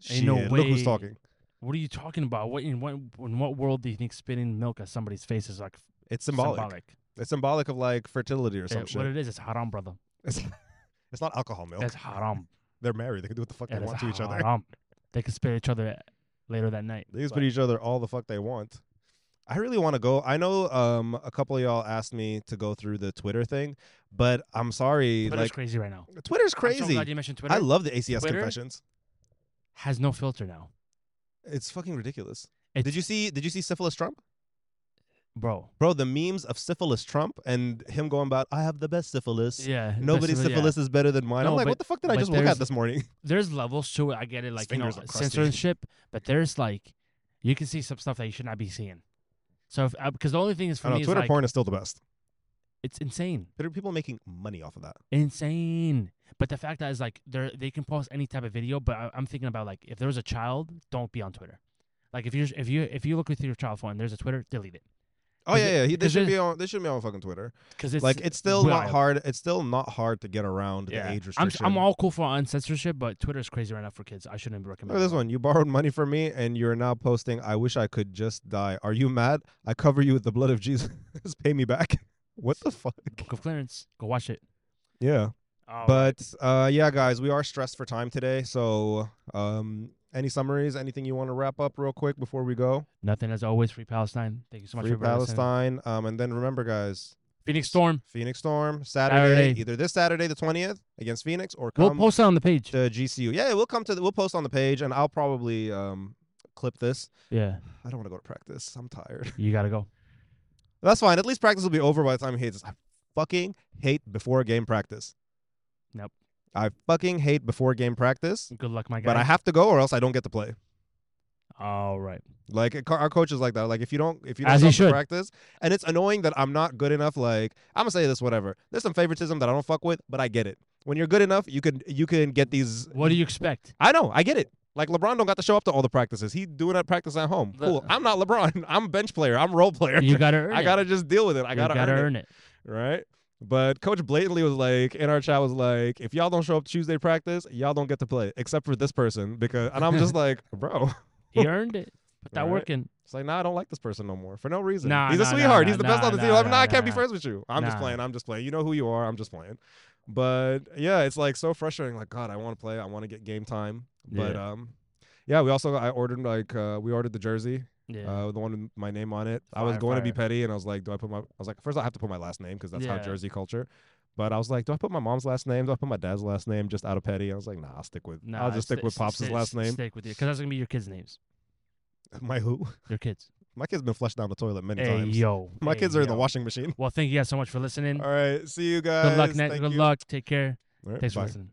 Speaker 1: Shit,
Speaker 2: no
Speaker 1: Look who's
Speaker 2: way.
Speaker 1: talking.
Speaker 2: What are you talking about? What in what in what world do you think spitting milk at somebody's face is like
Speaker 1: It's symbolic. It's symbolic of like fertility or
Speaker 2: Uh,
Speaker 1: some
Speaker 2: what
Speaker 1: shit.
Speaker 2: it is, it's haram, brother.
Speaker 1: It's, it's not alcohol milk.
Speaker 2: That's haram.
Speaker 1: They're married. They can do what the fuck
Speaker 2: It
Speaker 1: they
Speaker 2: is
Speaker 1: want to each other.
Speaker 2: haram. They can spit at each other later that night.
Speaker 1: They can
Speaker 2: but-
Speaker 1: spit each other all the fuck they want. I really want to go. I know um, a couple of y'all asked me to go through the Twitter thing, but I'm sorry.
Speaker 2: Twitter's
Speaker 1: like
Speaker 2: crazy right now.
Speaker 1: Twitter's
Speaker 2: I'm so
Speaker 1: crazy.
Speaker 2: glad you mentioned Twitter.
Speaker 1: I love the ACS
Speaker 2: Twitter?
Speaker 1: confessions.
Speaker 2: has no filter now,
Speaker 1: It's fucking ridiculous.
Speaker 2: It's-
Speaker 1: did you see? Did you see syphilis Trump?
Speaker 2: bro.
Speaker 1: Bro, the memes of syphilis Trump and him going about, I have the best syphilis.
Speaker 2: Yeah. that's-
Speaker 1: Nobody's
Speaker 2: yeah.
Speaker 1: syphilis is better than mine.
Speaker 2: No,
Speaker 1: I'm like,
Speaker 2: but-
Speaker 1: what the fuck did I
Speaker 2: but
Speaker 1: just look
Speaker 2: there's-
Speaker 1: at this morning?
Speaker 2: There's levels to it. I get it, like you know,
Speaker 1: fingers are crusty.
Speaker 2: censorship, but there's like you can see some stuff that you should not be seeing. So if because the only thing is for
Speaker 1: I know
Speaker 2: me is
Speaker 1: Twitter
Speaker 2: like,
Speaker 1: porn is still the best.
Speaker 2: it's insane.
Speaker 1: There are people making money off of that.
Speaker 2: insane. But the fact that is like they they can post any type of video. But I, I'm thinking about like if there was a child, don't be on Twitter. Like if you if you if you look with your child phone, and there's a Twitter, delete it
Speaker 1: Oh
Speaker 2: Is
Speaker 1: yeah,
Speaker 2: it-
Speaker 1: yeah. He, they
Speaker 2: is
Speaker 1: should
Speaker 2: it-
Speaker 1: be on. They should be on fucking Twitter.
Speaker 2: because it's
Speaker 1: like, it's still not
Speaker 2: wild.
Speaker 1: hard. It's still not hard to get around the age
Speaker 2: I'm,
Speaker 1: restriction.
Speaker 2: I'm all cool for uncensorship, but Twitter's crazy right now for kids. I shouldn't be
Speaker 1: Look at
Speaker 2: recommending.
Speaker 1: this
Speaker 2: that.
Speaker 1: one. You borrowed money from me, and you're now posting. I wish I could just die. Are you mad? I cover you with the blood of Jesus. Pay me back. What the fuck?
Speaker 2: Book of Clearance. Go watch it.
Speaker 1: Yeah.
Speaker 2: Oh,
Speaker 1: But uh, yeah, guys, we are stressed for time today. So, um, any summaries? Anything you want to wrap up real quick before we go?
Speaker 2: nothing as always. Free Palestine. Thank you so much
Speaker 1: Free
Speaker 2: for listening.
Speaker 1: Palestine, um, and then remember, guys,
Speaker 2: Phoenix Storm.
Speaker 1: Phoenix Storm Saturday,
Speaker 2: Saturday.
Speaker 1: either this Saturday the twentieth against Phoenix, or
Speaker 2: We'll
Speaker 1: come
Speaker 2: post it on the page.
Speaker 1: to GCU. Yeah, we'll come to the, we'll post on the page, and I'll probably um, clip this.
Speaker 2: Yeah,
Speaker 1: I don't want to go to practice. I'm tired.
Speaker 2: you gotta go.
Speaker 1: That's fine. At least practice will be over by the time he hates us. I fucking hate before game practice.
Speaker 2: Nope.
Speaker 1: I fucking hate before game practice,
Speaker 2: Good luck, my guy.
Speaker 1: but I have to go or else I don't get to play.
Speaker 2: All right.
Speaker 1: Like it- our coach is like that. Like if you don't, if you don't
Speaker 2: As he
Speaker 1: come to
Speaker 2: should.
Speaker 1: practice, and it's annoying that I'm not good enough. Like I'm gonna say this, whatever. There's some favoritism that I don't fuck with, but I get it. When you're good enough, you can you can get these.
Speaker 2: What do you expect?
Speaker 1: I know, I get it. Like LeBron don't got to show up to all the practices. He doing that practice at home.
Speaker 2: The-
Speaker 1: cool. I'm not LeBron. I'm a bench player. I'm role player.
Speaker 2: You gotta earn
Speaker 1: I
Speaker 2: it.
Speaker 1: gotta just deal with it. I
Speaker 2: You
Speaker 1: gotta,
Speaker 2: gotta
Speaker 1: earn,
Speaker 2: earn it.
Speaker 1: it, right? But Coach blatantly was like, in our chat was like, if y'all don't show up Tuesday practice, y'all don't get to play, except for this person. Because and I'm just like, bro.
Speaker 2: He earned it. Put that
Speaker 1: Right.
Speaker 2: work in.
Speaker 1: It's like, nah, I don't like this person no more for no reason.
Speaker 2: Nah,
Speaker 1: he's a
Speaker 2: nah, nah,
Speaker 1: sweetheart.
Speaker 2: nah,
Speaker 1: he's the best
Speaker 2: nah,
Speaker 1: on the
Speaker 2: nah,
Speaker 1: team. I'm,
Speaker 2: nah,
Speaker 1: nah, I can't be
Speaker 2: nah.
Speaker 1: friends with you. I'm just
Speaker 2: Nah.
Speaker 1: playing. I'm just playing. You know who you are. I'm just playing. But yeah, it's like so frustrating. Like God, I want to play. I want to get game time. But um, yeah, uh, we also I ordered like uh, we ordered the jersey
Speaker 2: Yeah.
Speaker 1: uh, the one with my name on it. I was
Speaker 2: Fire,
Speaker 1: going to be
Speaker 2: fire.
Speaker 1: petty, and I was like, do I put my? I was like, first I have to put my last name because that's how
Speaker 2: Yeah.
Speaker 1: Jersey culture. But I was like, do I put my mom's last name? Do I put my dad's last name just out of petty? I was like, nah, I'll stick with.
Speaker 2: Nah,
Speaker 1: I'll just stick
Speaker 2: st-
Speaker 1: with
Speaker 2: st-
Speaker 1: Pops'
Speaker 2: st-
Speaker 1: last
Speaker 2: st-
Speaker 1: name.
Speaker 2: Stick with you, because that's gonna be your kids' names.
Speaker 1: My who?
Speaker 2: Your kids.
Speaker 1: My kid's been flushed down the toilet many
Speaker 2: hey
Speaker 1: times.
Speaker 2: yo.
Speaker 1: My
Speaker 2: Hey,
Speaker 1: kids are in the
Speaker 2: yo.
Speaker 1: washing machine.
Speaker 2: Well, thank you guys so much for listening.
Speaker 1: All right, see you guys.
Speaker 2: Good luck, Nick.
Speaker 1: Thank
Speaker 2: Good
Speaker 1: you.
Speaker 2: luck. Take care.
Speaker 1: All right,
Speaker 2: Thanks for
Speaker 1: bye.
Speaker 2: listening.